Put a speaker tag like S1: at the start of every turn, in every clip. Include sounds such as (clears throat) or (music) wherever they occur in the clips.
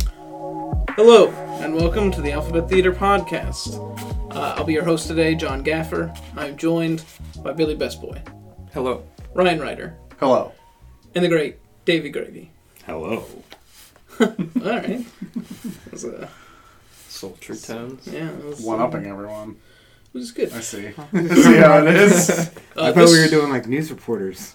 S1: Hello, and welcome to the Alphabet Theater Podcast. Uh, I'll be your host today, John Gaffer. I'm joined by Billy Bestboy,
S2: Hello.
S1: Ryan Ryder,
S3: Hello.
S1: and the great Davy Gravy.
S4: Hello.
S1: All
S5: (laughs)
S1: right. That was, uh,
S2: Sultry tones.
S1: yeah, that was,
S3: One upping everyone.
S1: It was good. (laughs)
S3: I see. (laughs) see how it is?
S1: Uh,
S5: I thought we
S1: this-
S5: were doing like news reporters.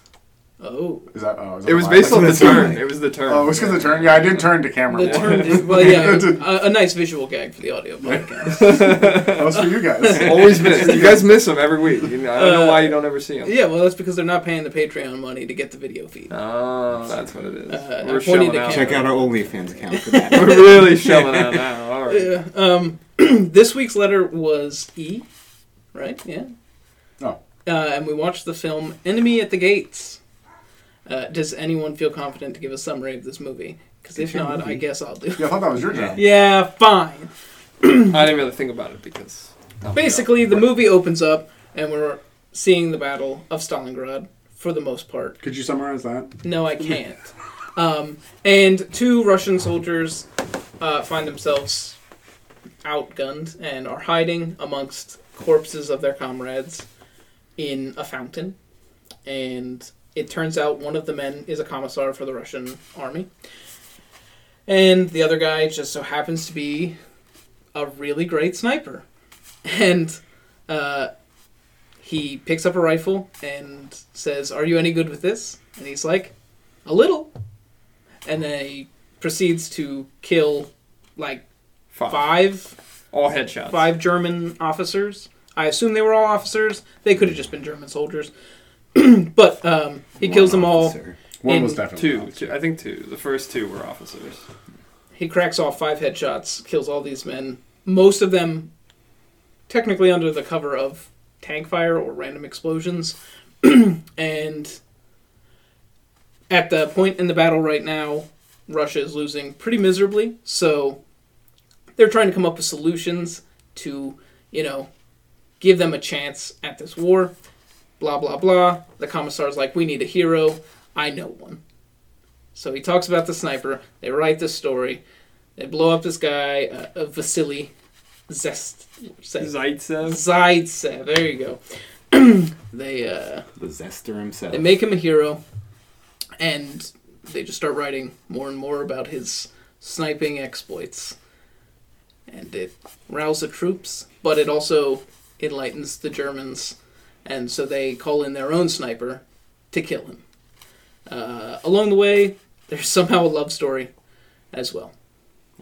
S1: Oh,
S3: Is that, oh, is that
S2: It was
S3: my-
S2: based on the
S5: That's what I'm
S2: turn.
S5: saying.
S2: It was the turn.
S3: Oh, it was because the turn. Yeah, I did turn to camera.
S1: the
S3: one.
S1: term.
S3: (laughs)
S1: Is, well,
S5: (laughs)
S1: yeah, a, a nice visual gag for the audio podcast.
S3: that was for
S1: (laughs)
S3: you
S2: (laughs)
S3: guys.
S2: Always missed. You guys miss them every week. You know, I don't know why you don't ever see them.
S1: yeah, well, that's because they're not paying the Patreon money to get the video feed.
S2: Oh, that's what it is.
S1: Uh, I'm
S2: We're
S1: pointing
S2: shelling
S1: to
S2: out.
S1: camera.
S5: Check out our OnlyFans account for
S2: (laughs)
S5: that. (laughs)
S2: We're really shelling out now. All right.
S1: Yeah, um, (clears throat) this week's letter was E, right? Yeah.
S3: Oh.
S1: Uh, and we watched the film Enemy at the Gates. Uh, does anyone feel confident to give a summary of this movie? Because if
S5: your
S1: not, I
S5: movie.
S1: guess I'll
S5: (laughs)
S1: do.
S3: Yeah, I thought that was your job.
S1: Yeah, fine.
S2: I didn't really think about it because.
S1: Basically, the movie opens up and we're seeing the Battle of Stalingrad for the most part.
S3: Could you summarize that?
S1: No, I can't. Um, and two Russian soldiers uh, find themselves outgunned and are hiding amongst corpses of their comrades in a fountain. And it turns out one of the men is a commissar for the Russian army. And the other guy just so happens to be a really great sniper. And uh, he picks up a rifle and says, Are you any good with this? And he's like, A little. And then he proceeds to kill like
S2: Five.
S1: five
S2: All headshots.
S1: five German officers. I assume they were all officers. They could have just been German soldiers. (clears throat) but um, (laughs) he kills them all.
S3: One
S1: In
S3: was definitely
S2: Two,
S3: not.
S2: two. I think two. The first two were officers.
S1: He cracks off five headshots, kills all these men. Most of them technically under the cover of tank fire or random explosions. (clears throat) and at the point in the battle right now, Russia is losing pretty miserably. So they're trying to come up with solutions to, you know, give them a chance at this war. Blah, blah, blah. The commissar's like, we need a hero. I know one. So he talks about the sniper. They write this story. They blow up this guy, uh, uh, Vasily Zest. Zest-
S2: Zaitsev.
S1: Zaitsev. There you go. (clears throat) they uh,
S5: The zester himself.
S1: they make him a hero, and they just start writing more and more about his sniping exploits, and it rouses the troops, but it also enlightens the Germans, and so they call in their own sniper to kill him. Uh, along the way, there's somehow a love story as well.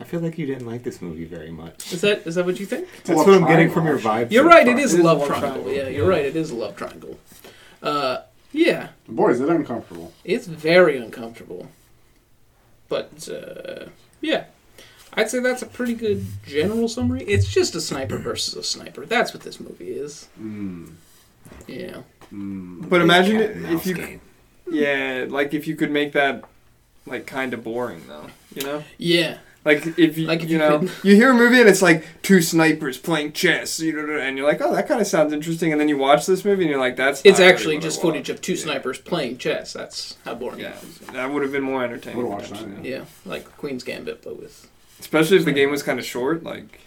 S5: I feel like you didn't like this movie very much.
S1: Is that is that what you think?
S5: That's what I'm getting from your vibe.
S1: You're
S5: so
S1: right. It
S5: far.
S1: is a love triangle. Yeah, you're right. It is a love triangle. Uh, yeah,
S3: Boy, is it uncomfortable.
S1: it's very uncomfortable, but uh, yeah, I'd say that's a pretty good general summary. It's just a sniper versus a sniper. That's what this movie is. Hmm. Yeah,
S3: Hmm.
S2: But imagine
S5: Cat and
S2: if
S5: mouse
S2: you.
S5: game.
S2: Yeah, like if you could make that, like kind of boring though. You know.
S1: yeah.
S2: Like if you,
S1: Like if
S2: you
S1: you
S2: know
S1: could-
S2: you hear a movie and it's like two snipers playing chess, you know, and you're like, oh, that kind of sounds interesting, and then you watch this movie and you're like, that's
S1: It's
S2: not really
S1: actually
S2: what I
S1: just
S2: want.
S1: footage of two
S2: Yeah.
S1: snipers playing chess. That's how boring.
S2: Yeah,
S1: It is.
S2: that would have been more entertaining,
S3: Would've watched that,
S2: actually.
S3: yeah.
S1: Yeah, like Queen's Gambit, but with
S2: especially if the game was kind of short. Like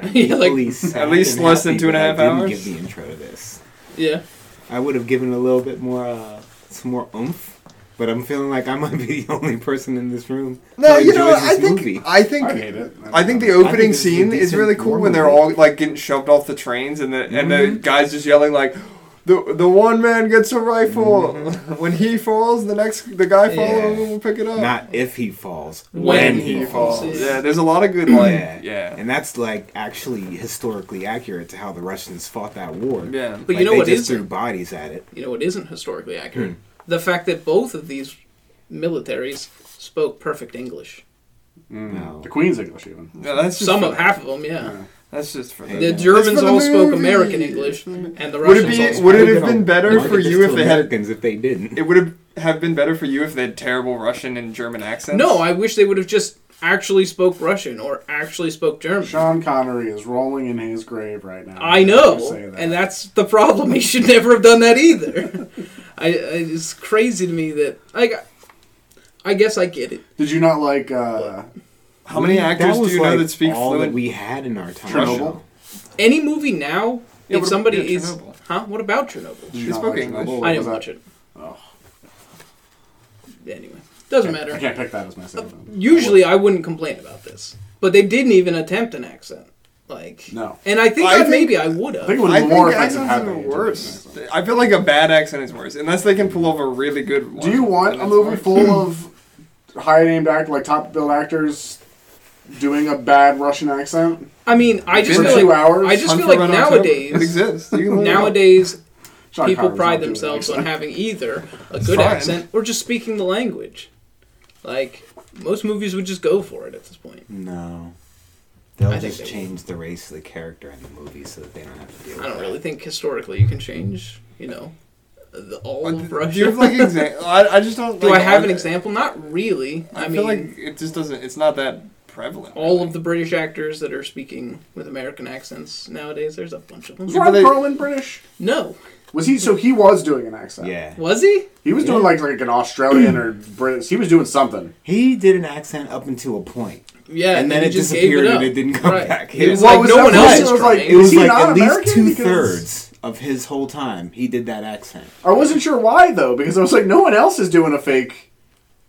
S5: I'm
S1: (laughs) Yeah, like-
S5: equally sad
S2: At least
S5: and
S2: less
S5: happy
S2: than two and a
S5: that I
S2: half
S5: didn't
S2: hours?
S5: Give the intro to this.
S1: yeah.
S5: I would have given a little bit more, uh, some more oomph. But I'm feeling like I might be (laughs) the only person in this room. who enjoys this movie.
S2: I think
S3: I hate it.
S2: I think the
S3: That's-
S5: think
S2: opening
S5: this is a
S2: scene is
S5: decent
S2: really cool
S5: war
S2: when they're
S5: movie.
S2: all like getting shoved off the trains and the and
S1: Mm-hmm.
S2: the guys just yelling like the the one man gets a rifle when he falls the next the guy
S1: Mm-hmm. Yeah.
S2: following him will pick it up
S5: Not if he falls, when,
S1: When
S5: he,
S1: he
S5: falls.
S1: falls.
S2: yeah there's a lot of good like
S5: (clears throat) Yeah.
S2: yeah
S5: And that's like actually historically accurate to how the Russians fought that war.
S2: yeah
S1: But
S5: Like,
S1: you know
S5: they
S1: what
S5: just
S1: is
S5: threw bodies at it.
S1: you know, it isn't historically accurate. The fact that both of these militaries spoke perfect English.
S2: Mm.
S5: No.
S3: The Queen's English, even.
S2: No, that's just
S1: Some
S2: for,
S1: of half of them, yeah.
S2: That's just for
S1: The
S2: the.
S5: That's
S1: Germans
S2: for the
S1: all spoke
S2: movie.
S1: American English, and the
S2: Would it
S1: Russians all
S2: be?
S1: spoke.
S2: Would it
S5: They
S2: have been
S5: don't
S2: better
S5: market
S2: for
S5: this
S2: you
S5: to
S2: if they had?
S5: Americans if they didn't?
S2: It would have have been better for you if they had terrible Russian and German accents.
S1: no, I wish they would have just actually spoke Russian or actually spoke German.
S3: Sean Connery is rolling in his grave right now.
S1: I
S3: You
S1: know,
S3: say that.
S1: and that's the problem. (laughs) He should never have done that either. I, I it's crazy to me that like, I guess I get it.
S3: Did you not like? uh
S2: How many actors do you know that speak
S5: all
S2: fluent?
S5: that we had in our time?
S2: Russian?
S5: though.
S1: Any movie now,
S2: Yeah,
S1: if
S2: what-
S1: somebody
S2: yeah,
S1: is,
S2: Chernobyl.
S1: huh? What about Chernobyl?
S3: Did you
S2: They
S3: not
S2: spoke
S3: like
S2: English.
S3: Chernobyl?
S1: I
S3: Was
S1: didn't
S3: that-
S1: watch it.
S3: Oh,
S1: Anyway, doesn't
S3: I
S1: matter.
S3: can't pick that as my segment.
S1: Usually, I wouldn't complain about this, but they didn't even attempt an accent. Like
S3: No.
S1: and I think
S2: I
S1: that
S2: think-
S1: maybe I would
S3: I think it
S1: have.
S3: would
S2: I
S3: have
S2: think
S3: been more
S2: accents
S3: offensive
S2: are
S3: had they did
S2: worse.
S3: that.
S2: I feel like a bad accent is worse, unless they can pull off a really good one.
S3: Do you want
S2: then
S3: a
S2: it's
S3: movie
S2: worse.
S5: (clears throat)
S3: full of high named act like top billed actors doing a bad Russian accent?
S1: I mean, I just
S3: For
S1: feel
S3: two
S1: like
S3: hours?
S1: I just
S2: Hunt
S1: feel
S2: for
S1: like
S2: Red October? It
S1: nowadays,
S2: exists. You can look it up.
S1: nowadays
S3: Sean
S1: people
S3: Connery's
S1: pride
S3: not doing
S1: themselves
S3: an
S1: on
S3: accent.
S1: having either a good
S2: fine.
S1: accent or just speaking the language. Like most movies would just go for it at this point.
S5: No. They'll
S1: I think
S5: just
S1: they
S5: change the race of the character in the movie so that they don't have to deal with
S1: I don't
S5: that.
S1: really think historically you can change, you know, the, all of
S2: Like,
S1: Russia.
S2: Do
S1: (laughs)
S2: you have like example? I, I just don't.
S1: Do
S2: like,
S1: I have an
S2: I-
S1: example? Not really.
S2: I,
S1: I, mean,
S2: feel like it just doesn't. It's not that prevalent.
S1: all of the British actors that are speaking with American accents nowadays, there's a bunch of them.
S3: (laughs) Was
S2: Yeah,
S3: Ron
S2: but they-
S3: Perlman British?
S1: No.
S3: Was he? So he was doing an accent.
S5: Yeah.
S1: Was he?
S3: He was doing like like an Australian or British. He was doing something.
S5: He did an accent up until a point.
S1: Yeah,
S5: And then it
S1: he just gave
S5: disappeared
S1: it
S5: and
S1: up.
S5: it didn't come back.
S1: It was
S5: Well,
S1: like
S3: was
S1: no
S3: that
S1: one
S3: what
S1: else
S3: it
S1: is
S3: was
S1: trying.
S3: like?
S5: It
S3: Is
S5: was
S3: he
S5: like
S3: not
S5: at least
S3: American?
S5: two
S3: Because-
S5: thirds of his whole time he did that accent.
S3: I wasn't sure why though, because I was like, no one else is doing a fake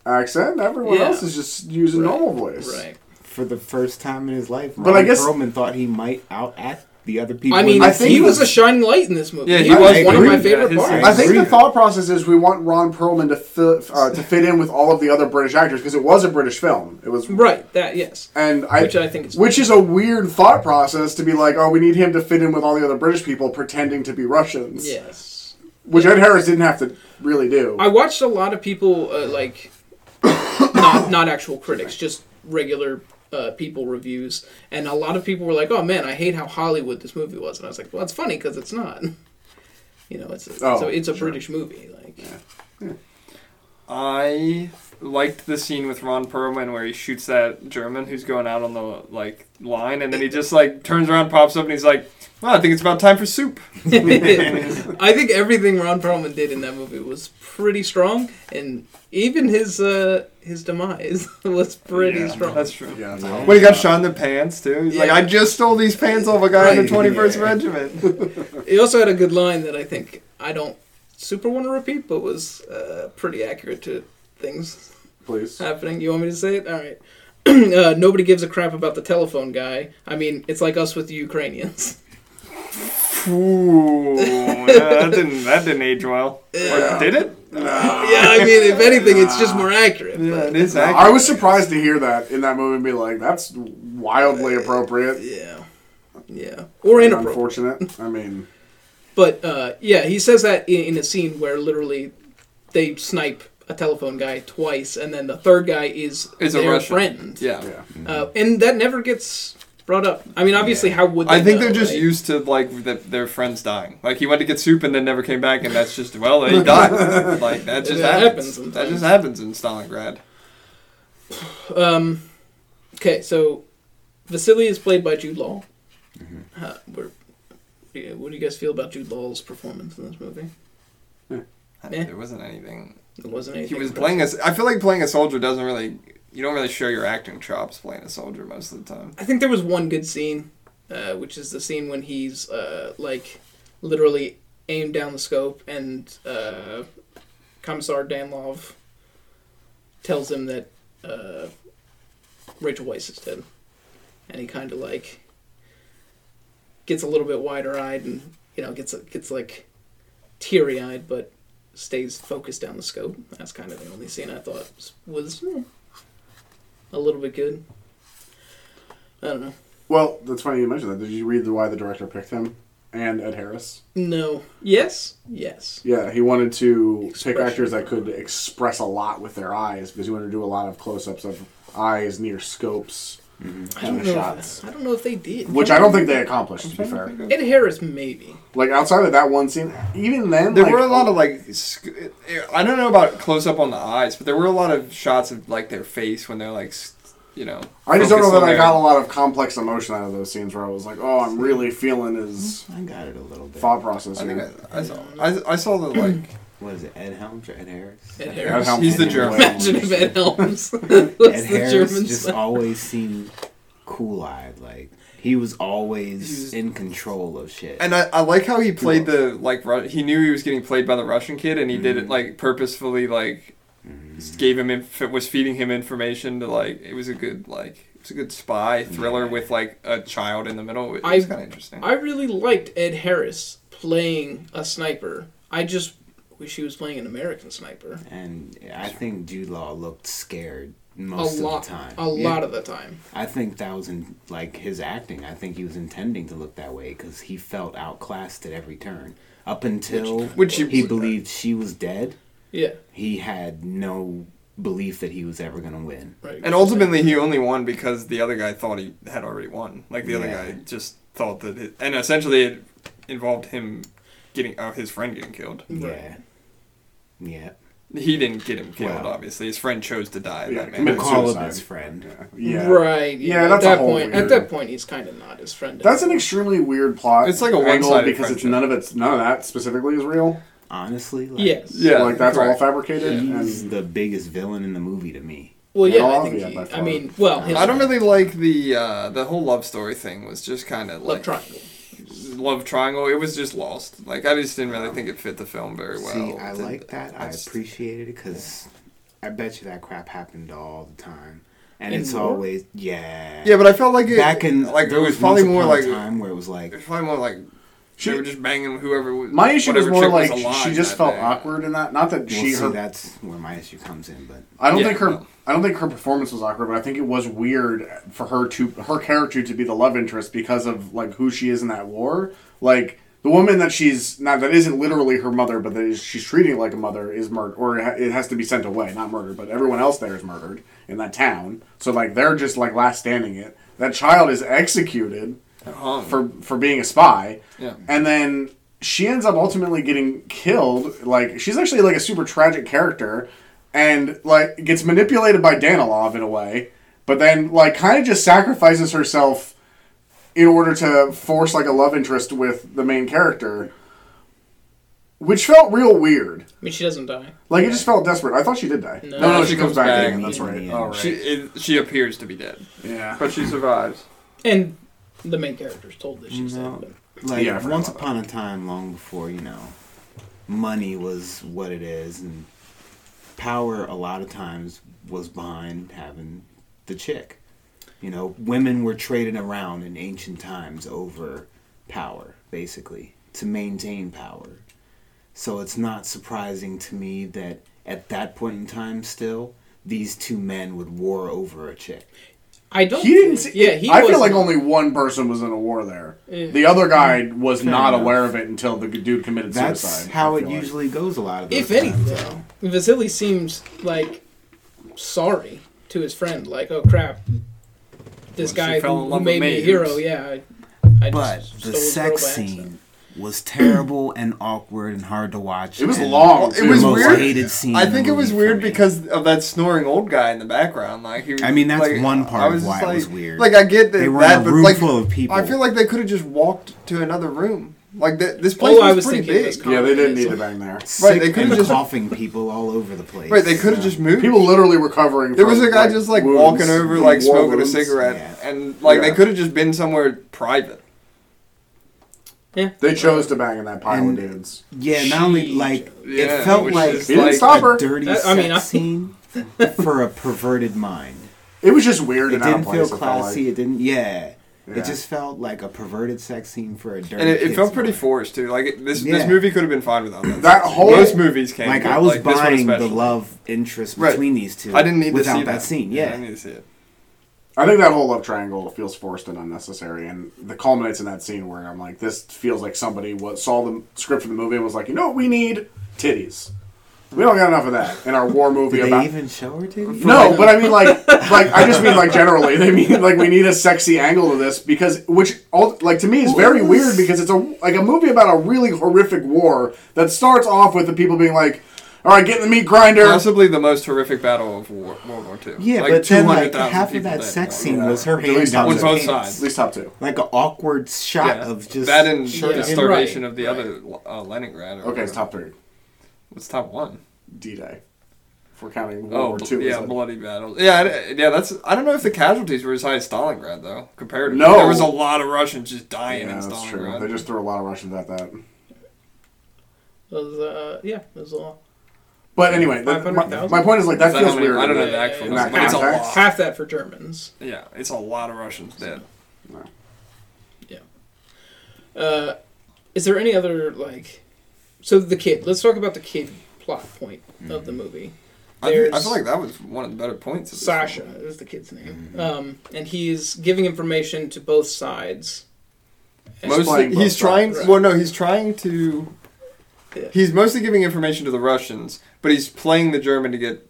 S3: accent. Everyone
S1: Yeah.
S3: else is just using normal voice.
S1: right.
S5: For the first time in his life,
S3: But I
S5: Ron
S3: guess-
S5: Perlman thought he might out act the other people.
S1: I mean,
S5: in the
S3: I think
S1: he
S5: scene.
S1: was a shining light in this movie.
S2: Yeah,
S1: he
S2: he
S1: was
S5: was.
S1: one of
S5: Agreed.
S1: my
S5: Yeah,
S1: favorite
S2: his-
S1: parts.
S3: I think
S2: Agreed.
S3: the thought process is we want Ron Perlman to fit, uh, to fit in with all of the other British actors because it was a British film. It was
S1: Right. That yes.
S3: and I
S1: Which I think is-
S3: which is a weird thought process to be like, oh, we need him to fit in with all the other British people pretending to be Russians.
S1: Yes.
S3: Which Ed Harris didn't have to really do.
S1: I watched a lot of people uh, like not not actual critics, just regular uh, people reviews, and a lot of people were like, "Oh man, I hate how Hollywood this movie was," and I was like, "Well, it's funny because it's not." (laughs) You know, it's a,
S3: Oh,
S1: so it's a British movie. Like,
S2: (laughs) I liked the scene with Ron Perlman where he shoots that German who's going out on the like line, and then he just like turns around, pops up, and he's like, "Well, I think it's about time for soup."
S1: (laughs) I think everything Ron Perlman did in that movie was pretty strong, and even his uh, his demise (laughs) was pretty
S2: Yeah,
S1: strong.
S2: That's true.
S3: yeah,
S2: When he got shot in the pants too, he's like,
S1: Yeah.
S2: "I just stole these pants off a guy in
S1: Right.
S2: the 21st Regiment."
S1: He also had a good line that I think I don't super want to repeat, but was uh, pretty accurate to things
S3: please.
S1: happening. You want me to say it? All right. (clears throat) uh, nobody gives a crap about the telephone guy. I mean, it's like us with the Ukrainians. (laughs)
S2: Ooh, yeah, that didn't that didn't age well. Or did it?
S1: yeah, I mean, if anything, it's just more accurate.
S2: Yeah,
S1: but-
S2: it is accurate.
S3: I was surprised to hear that in that movie and be like, that's wildly
S1: Uh,
S3: appropriate.
S1: yeah, yeah, or
S3: and
S1: inappropriate.
S3: Unfortunate. I mean,
S1: But uh, yeah, he says that in, in a scene where literally they snipe a telephone guy twice, and then the third guy is
S2: Is a
S1: their
S2: Russian.
S1: friend.
S2: Yeah.
S3: yeah.
S1: Uh, and that never gets brought up. I mean, obviously, how would they
S2: I think
S1: know,
S2: they're just
S1: right?
S2: used to like the, their friends dying. Like he went to get soup and then never came back, and that's just well, he
S1: (laughs)
S2: died. like that just
S1: That happens
S2: happens.
S1: sometimes.
S2: that just happens in Stalingrad.
S1: Um, okay, so Vasily is played by Jude Law.
S2: Mm-hmm.
S1: Uh, we're, yeah, what do you guys feel about Jude Law's performance in this movie? Yeah.
S2: There wasn't anything.
S1: It wasn't
S2: He
S1: anything.
S2: was playing as. I feel like playing a soldier doesn't really. You don't really show your acting chops playing a soldier most of the time.
S1: I think there was one good scene, uh, which is the scene when he's uh, like literally aimed down the scope, and uh, Commissar Danlov tells him that uh, Rachel Weisz is dead, and he kind of like gets a little bit wider eyed, and you know gets gets like teary eyed, but stays focused down the scope. That's kind of the only scene I thought was, was eh, a little bit good. I don't know.
S3: Well, that's funny you mentioned that. Did you read the why the director picked him and Ed Harris?
S1: No. Yes. Yes.
S3: Yeah, he wanted to pick
S1: Expression.
S3: actors that could express a lot with their eyes because he wanted to do a lot of close-ups of eyes near scopes,
S2: Mm-hmm.
S1: I don't know.
S3: shots.
S1: If, I don't know if they did.
S3: which I don't think they accomplished. To be fair,
S1: Ed Harris maybe.
S3: like outside of that one scene, even then,
S2: There
S3: like,
S2: were a
S1: oh.
S2: lot of like, sc- I don't know about close up on the eyes, but there were a lot of shots of like their face when they're like s- you know.
S3: I just don't
S2: focus
S3: know that
S2: on
S3: I
S2: their-
S3: got a lot of complex emotion out of those scenes where I was like, oh, I'm really feeling his
S5: I got it a little
S1: Mm-hmm.
S5: bit.
S3: thought process.
S2: I think
S3: Here.
S2: I, I saw. I, I saw the like.
S5: What is it? Ed Helms or Ed Harris?
S1: Ed
S5: I
S1: Harris.
S5: forgot.
S2: He's the
S5: Ed
S2: German.
S5: Helms.
S1: Imagine if Ed
S3: (laughs)
S1: Helms was
S5: Ed
S1: the
S5: Harris
S1: German
S5: just
S1: son.
S5: always seemed cool eyed. Like he was always
S2: He was-
S5: in control of shit.
S2: And I, I like how he played the like Ru- he knew he was getting played by the Russian kid, and he did
S3: Mm.
S2: it like purposefully like gave him inf- was feeding him information to like it was a good like it's a good spy thriller with like a child in the middle. It was
S1: I-
S2: kind of interesting.
S1: I really liked Ed Harris playing a sniper. I just wish he was playing an American sniper
S5: And I think Jude Law looked scared
S1: a
S5: most
S1: lot,
S5: of the time.
S1: a lot of the time.
S5: I think that was in like his acting. I think he was intending to look that way because he felt outclassed at every turn. Up until
S2: Which he
S5: he
S2: was. uh,
S5: believed she was dead,
S1: Yeah,
S5: he had no belief that he was ever going to win.
S1: right.
S2: and ultimately, he only won because the other guy thought he had already won. Like the other
S5: Yeah.
S2: guy just thought that, it, and essentially it involved him getting uh, his friend getting killed.
S1: Right.
S5: Yeah. Yeah.
S2: He didn't get him killed,
S5: Wow.
S2: obviously. His friend chose to die.
S3: Yeah,
S2: that man.
S3: committed
S5: Call of
S3: suicide.
S5: his friend.
S1: (laughs)
S3: Yeah.
S1: right. Yeah,
S3: Yeah,
S1: at
S3: that's a
S1: that
S3: whole
S1: point, at
S3: weird-
S1: that point, he's kind of not his friend.
S3: That's an
S1: anymore.
S3: extremely weird plot.
S2: It's like a
S3: angle
S2: one-sided
S3: because it's
S2: friendship.
S3: none of it's none of that specifically is real.
S5: Honestly, like,
S1: yes.
S2: Yeah,
S3: like that's all
S2: correct.
S3: fabricated.
S5: he's
S3: And
S5: the biggest villain in the movie to me.
S1: Well, yeah,
S3: Yeah,
S1: I think.
S3: yeah,
S1: he,
S3: by
S1: I
S3: far.
S1: mean, well, his
S2: I don't really like the uh, the whole love story thing. Was just kind of
S1: love
S2: like
S1: triangle.
S2: love triangle. It was just lost. Like I just didn't really think it fit the film very well.
S5: See, I
S2: Didn't-
S5: like that. I,
S2: just-
S5: appreciate it because I bet you that crap happened all the time, and
S1: In
S5: it's
S1: war?
S5: always yeah.
S2: Yeah, but I felt like it,
S5: back in
S2: like
S5: there
S2: it
S5: was
S2: was probably
S5: once
S2: more
S5: upon a
S2: like it
S5: time where it was like
S2: was probably more like
S3: She-
S2: they were just banging whoever. was-
S3: my issue was
S2: whatever
S3: more
S2: chick
S3: like
S2: alive
S3: she just
S2: that
S3: felt
S2: day.
S3: awkward in that. Not that
S5: well,
S3: she
S5: see,
S3: her.
S5: that's where my issue comes in. But
S3: I don't
S2: Yeah,
S3: think her.
S2: no.
S3: I don't think her performance was awkward, but I think it was weird for her to her character to be the love interest because of like who she is in that war. Like the woman that she's not that isn't literally her mother, but that is, she's treating like a mother is murdered, or it ha- it has to be sent away, not murdered. But everyone else there is murdered in that town, so like they're just like last standing it. That child is executed
S2: Hung.
S3: for for being a spy.
S2: Yeah.
S3: And then she ends up ultimately getting killed. Like she's actually like a super tragic character, and like gets manipulated by Danilov in a way. But then like kind of just sacrifices herself in order to force like a love interest with the main character, which felt real weird.
S1: I mean, she doesn't die.
S3: Like it just felt desperate. I thought she did die.
S1: No.
S3: No, no,
S1: No,
S3: she, comes, back. again. That's right.
S5: Yeah.
S3: All right.
S2: she it, she appears to be dead,
S3: yeah.
S2: but she survives.
S1: And the main character's told that she's
S5: No.
S1: dead.
S5: like
S3: Yeah, I forgot
S5: once
S3: about
S5: upon a time, long before you know, money was what it is, and power a lot of times was behind having the chick. You know, women were traded around in ancient times over power, basically to maintain power. So it's not surprising to me that at that point in time, still these two men would war over a chick.
S1: I don't.
S3: He didn't. See,
S1: Oh, yeah, he.
S3: I
S1: wasn't-
S3: feel like only one person was in a war there.
S1: Yeah.
S3: The other guy was not
S5: enough.
S3: aware of it until the dude committed
S5: That's
S3: suicide.
S5: how
S3: I
S5: it
S3: feel like.
S5: usually goes a lot of.
S1: if
S5: those times.
S1: anything, Vasily seems like sorry to his friend. Like, oh crap, this
S2: Well, she
S1: guy
S2: fell
S1: who,
S2: in
S1: who
S2: love
S1: made
S2: with
S1: me a
S2: me.
S1: hero. Yeah, I, I
S5: But
S1: just stole his
S5: the
S1: girl
S5: sex
S1: by accident.
S5: scene was terrible and awkward and hard to watch.
S3: It was
S5: and
S3: long.
S5: the
S2: It was
S5: most
S2: weird.
S5: hated scene
S2: I
S5: in the
S2: think it was
S5: movie for
S2: weird
S5: me.
S2: because of that snoring old guy in the background. Like he, was-
S5: I mean, that's
S2: like,
S5: one part
S2: I
S5: of
S2: just
S5: why it
S2: like-
S5: was weird.
S2: Like I get that,
S5: They were in
S2: that
S5: a
S2: but
S5: room
S2: like,
S5: full of people.
S2: I feel like they could have just walked to another room. Like th- this place
S1: Oh,
S2: was,
S1: I was
S2: pretty
S1: thinking it was
S2: big.
S1: com-
S3: Yeah, they didn't need to bang there.
S5: sick
S2: they could've
S5: and
S2: just-
S5: coughing people all over the place.
S2: right, they could have just moved.
S3: People literally recovering.
S2: there was
S3: from,
S2: a guy just like
S3: wounds,
S2: walking over,
S3: from
S2: like
S3: war
S2: smoking
S3: wounds.
S2: a cigarette,
S5: Yeah.
S2: and like they
S3: Yeah.
S2: could have just been somewhere private.
S3: They chose to bang in that pile
S5: And-
S3: of dudes.
S5: Yeah, not only
S1: She-
S5: like
S2: Yeah,
S5: it felt
S2: which
S5: like
S2: is
S3: He didn't
S2: like-
S3: stop her.
S5: a dirty
S1: That- I
S5: sex
S1: mean, I-
S5: scene for a perverted mind.
S3: It was just weird
S5: It
S3: and out
S5: didn't
S3: of
S5: feel
S3: place. I felt
S5: classy.
S3: like.
S5: It didn't. Yeah.
S3: Yeah.
S5: It just felt like a perverted sex scene for a dirty.
S2: And it, it felt
S5: kid's
S2: pretty
S5: mind.
S2: forced too. Like it, this, this
S5: Yeah.
S2: movie could have been fine without that.
S3: That whole-
S2: most movies can.
S5: Like
S2: be,
S5: I was
S2: this one
S5: buying the
S2: especially.
S5: love interest
S2: Right.
S5: between these two.
S2: I didn't need
S5: without
S2: to see
S5: that scene.
S2: I
S5: Yeah,
S2: didn't need to see it.
S3: I think that whole love triangle feels forced and unnecessary, and the culminates in that scene where I'm like, this feels like somebody was, saw the script for the movie and was like, you know what we need? Titties. We don't got enough of that in our war movie
S5: Did they
S3: about
S5: even show her titties?
S3: No, but I mean like
S5: (laughs)
S3: like I just mean like generally. They mean like we need a sexy angle to this because which all like to me is very weird because it's a like a movie about a really horrific war that starts off with the people being like All right, get in the meat grinder.
S2: Possibly the most horrific battle of War, World War II.
S5: Yeah, but then like
S2: 200,000
S5: half of
S2: people
S5: that
S2: dead.
S5: sex
S2: Yeah.
S5: scene was her
S3: Yeah.
S5: hands
S3: On
S5: on his
S2: both
S5: pants.
S2: sides.
S3: At least top two.
S5: Like an awkward shot
S2: Yeah.
S5: of just
S2: that and
S1: Sure,
S2: the
S1: yeah.
S2: starvation
S1: Right,
S2: of the
S1: right.
S2: other uh, Leningrad. Or
S3: Okay,
S2: whatever.
S3: it's top three.
S2: What's top one?
S3: D Day. If we're counting World
S2: Oh,
S3: War Two.
S2: yeah,
S3: is it?
S2: bloody battles. Yeah, I- yeah. That's I don't know if the casualties were as high as Stalingrad though. Comparatively,
S3: No.
S2: there was a lot of Russians just dying in
S3: yeah, that's true.
S2: Stalingrad.
S3: They just threw a lot of Russians at that.
S1: It was, uh, yeah, it was a lot.
S3: But anyway, that- my,
S1: 500,000?
S3: my point is like that
S2: Is that
S3: feels
S2: how many-
S3: weird.
S2: I don't know
S1: Yeah,
S2: the
S1: yeah,
S2: actual
S1: yeah.
S2: number, but
S3: Nah,
S2: it's a
S3: facts.
S2: lot.
S1: Half that for Germans.
S2: Yeah, it's a lot of Russians dead.
S1: Uh, is there any other like? So the kid. Let's talk about the kid plot point of
S2: Mm-hmm.
S1: the movie.
S2: I, th- I
S1: There's-
S2: feel like that was one of the better points. Of this
S1: Sasha
S2: film.
S1: is the kid's name,
S3: Mm-hmm.
S1: um, and he's giving information to both sides. (laughs) And-
S2: Mostly,
S3: Explain
S2: he's
S3: both
S2: trying.
S1: sides.
S2: Well, no, he's trying to.
S1: Yeah.
S2: He's mostly giving information to the Russians, but he's playing the German to get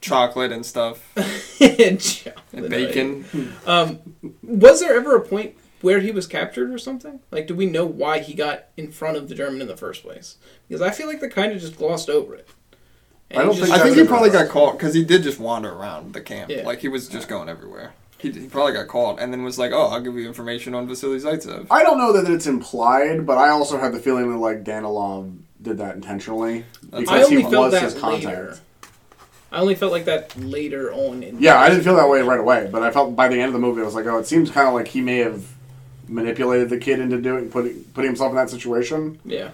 S2: chocolate
S1: (laughs)
S2: and stuff
S1: and chocolate.
S2: and bacon.
S1: Was there ever a point where he was captured or something? Like, do we know why he got in front of the German in the first place? Because I feel like they kind of just glossed over it. And
S3: I don't
S1: he
S3: think
S2: I
S1: just-
S2: think
S3: That's
S2: he
S3: a-
S2: probably got caught because he did just wander around the camp.
S1: Yeah.
S2: Like he was just going everywhere. He, he probably got caught and then was like, "Oh, I'll give you information on Vasily Zaitsev."
S3: I don't know that it's implied, but I also have the feeling that like Danilov did that intentionally
S1: I
S3: because
S1: only
S3: he
S1: felt
S3: was
S1: that
S3: his
S1: later.
S3: contact.
S1: I only felt like that later on. In
S3: Yeah, I didn't feel that way right away, but I felt by the end of the movie, I was like, oh, it seems kind of like he may have manipulated the kid into doing putting putting himself in that situation.
S1: Yeah.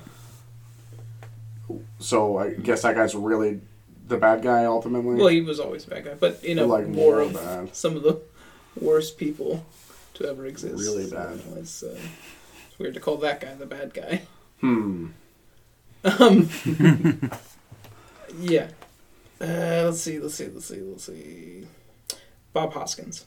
S3: So I guess that guy's really the bad guy ultimately.
S1: Well, he was always a bad guy, but in a
S3: Like,
S1: war
S3: more
S1: of
S3: bad.
S1: (laughs) some of the worst people to ever exist.
S3: Really bad.
S1: It's, uh, it's weird to call that guy the bad guy. (laughs)
S3: hmm. (laughs)
S1: Um, yeah. Uh, let's see. Let's see. Let's see. Let's see. Bob Hoskins.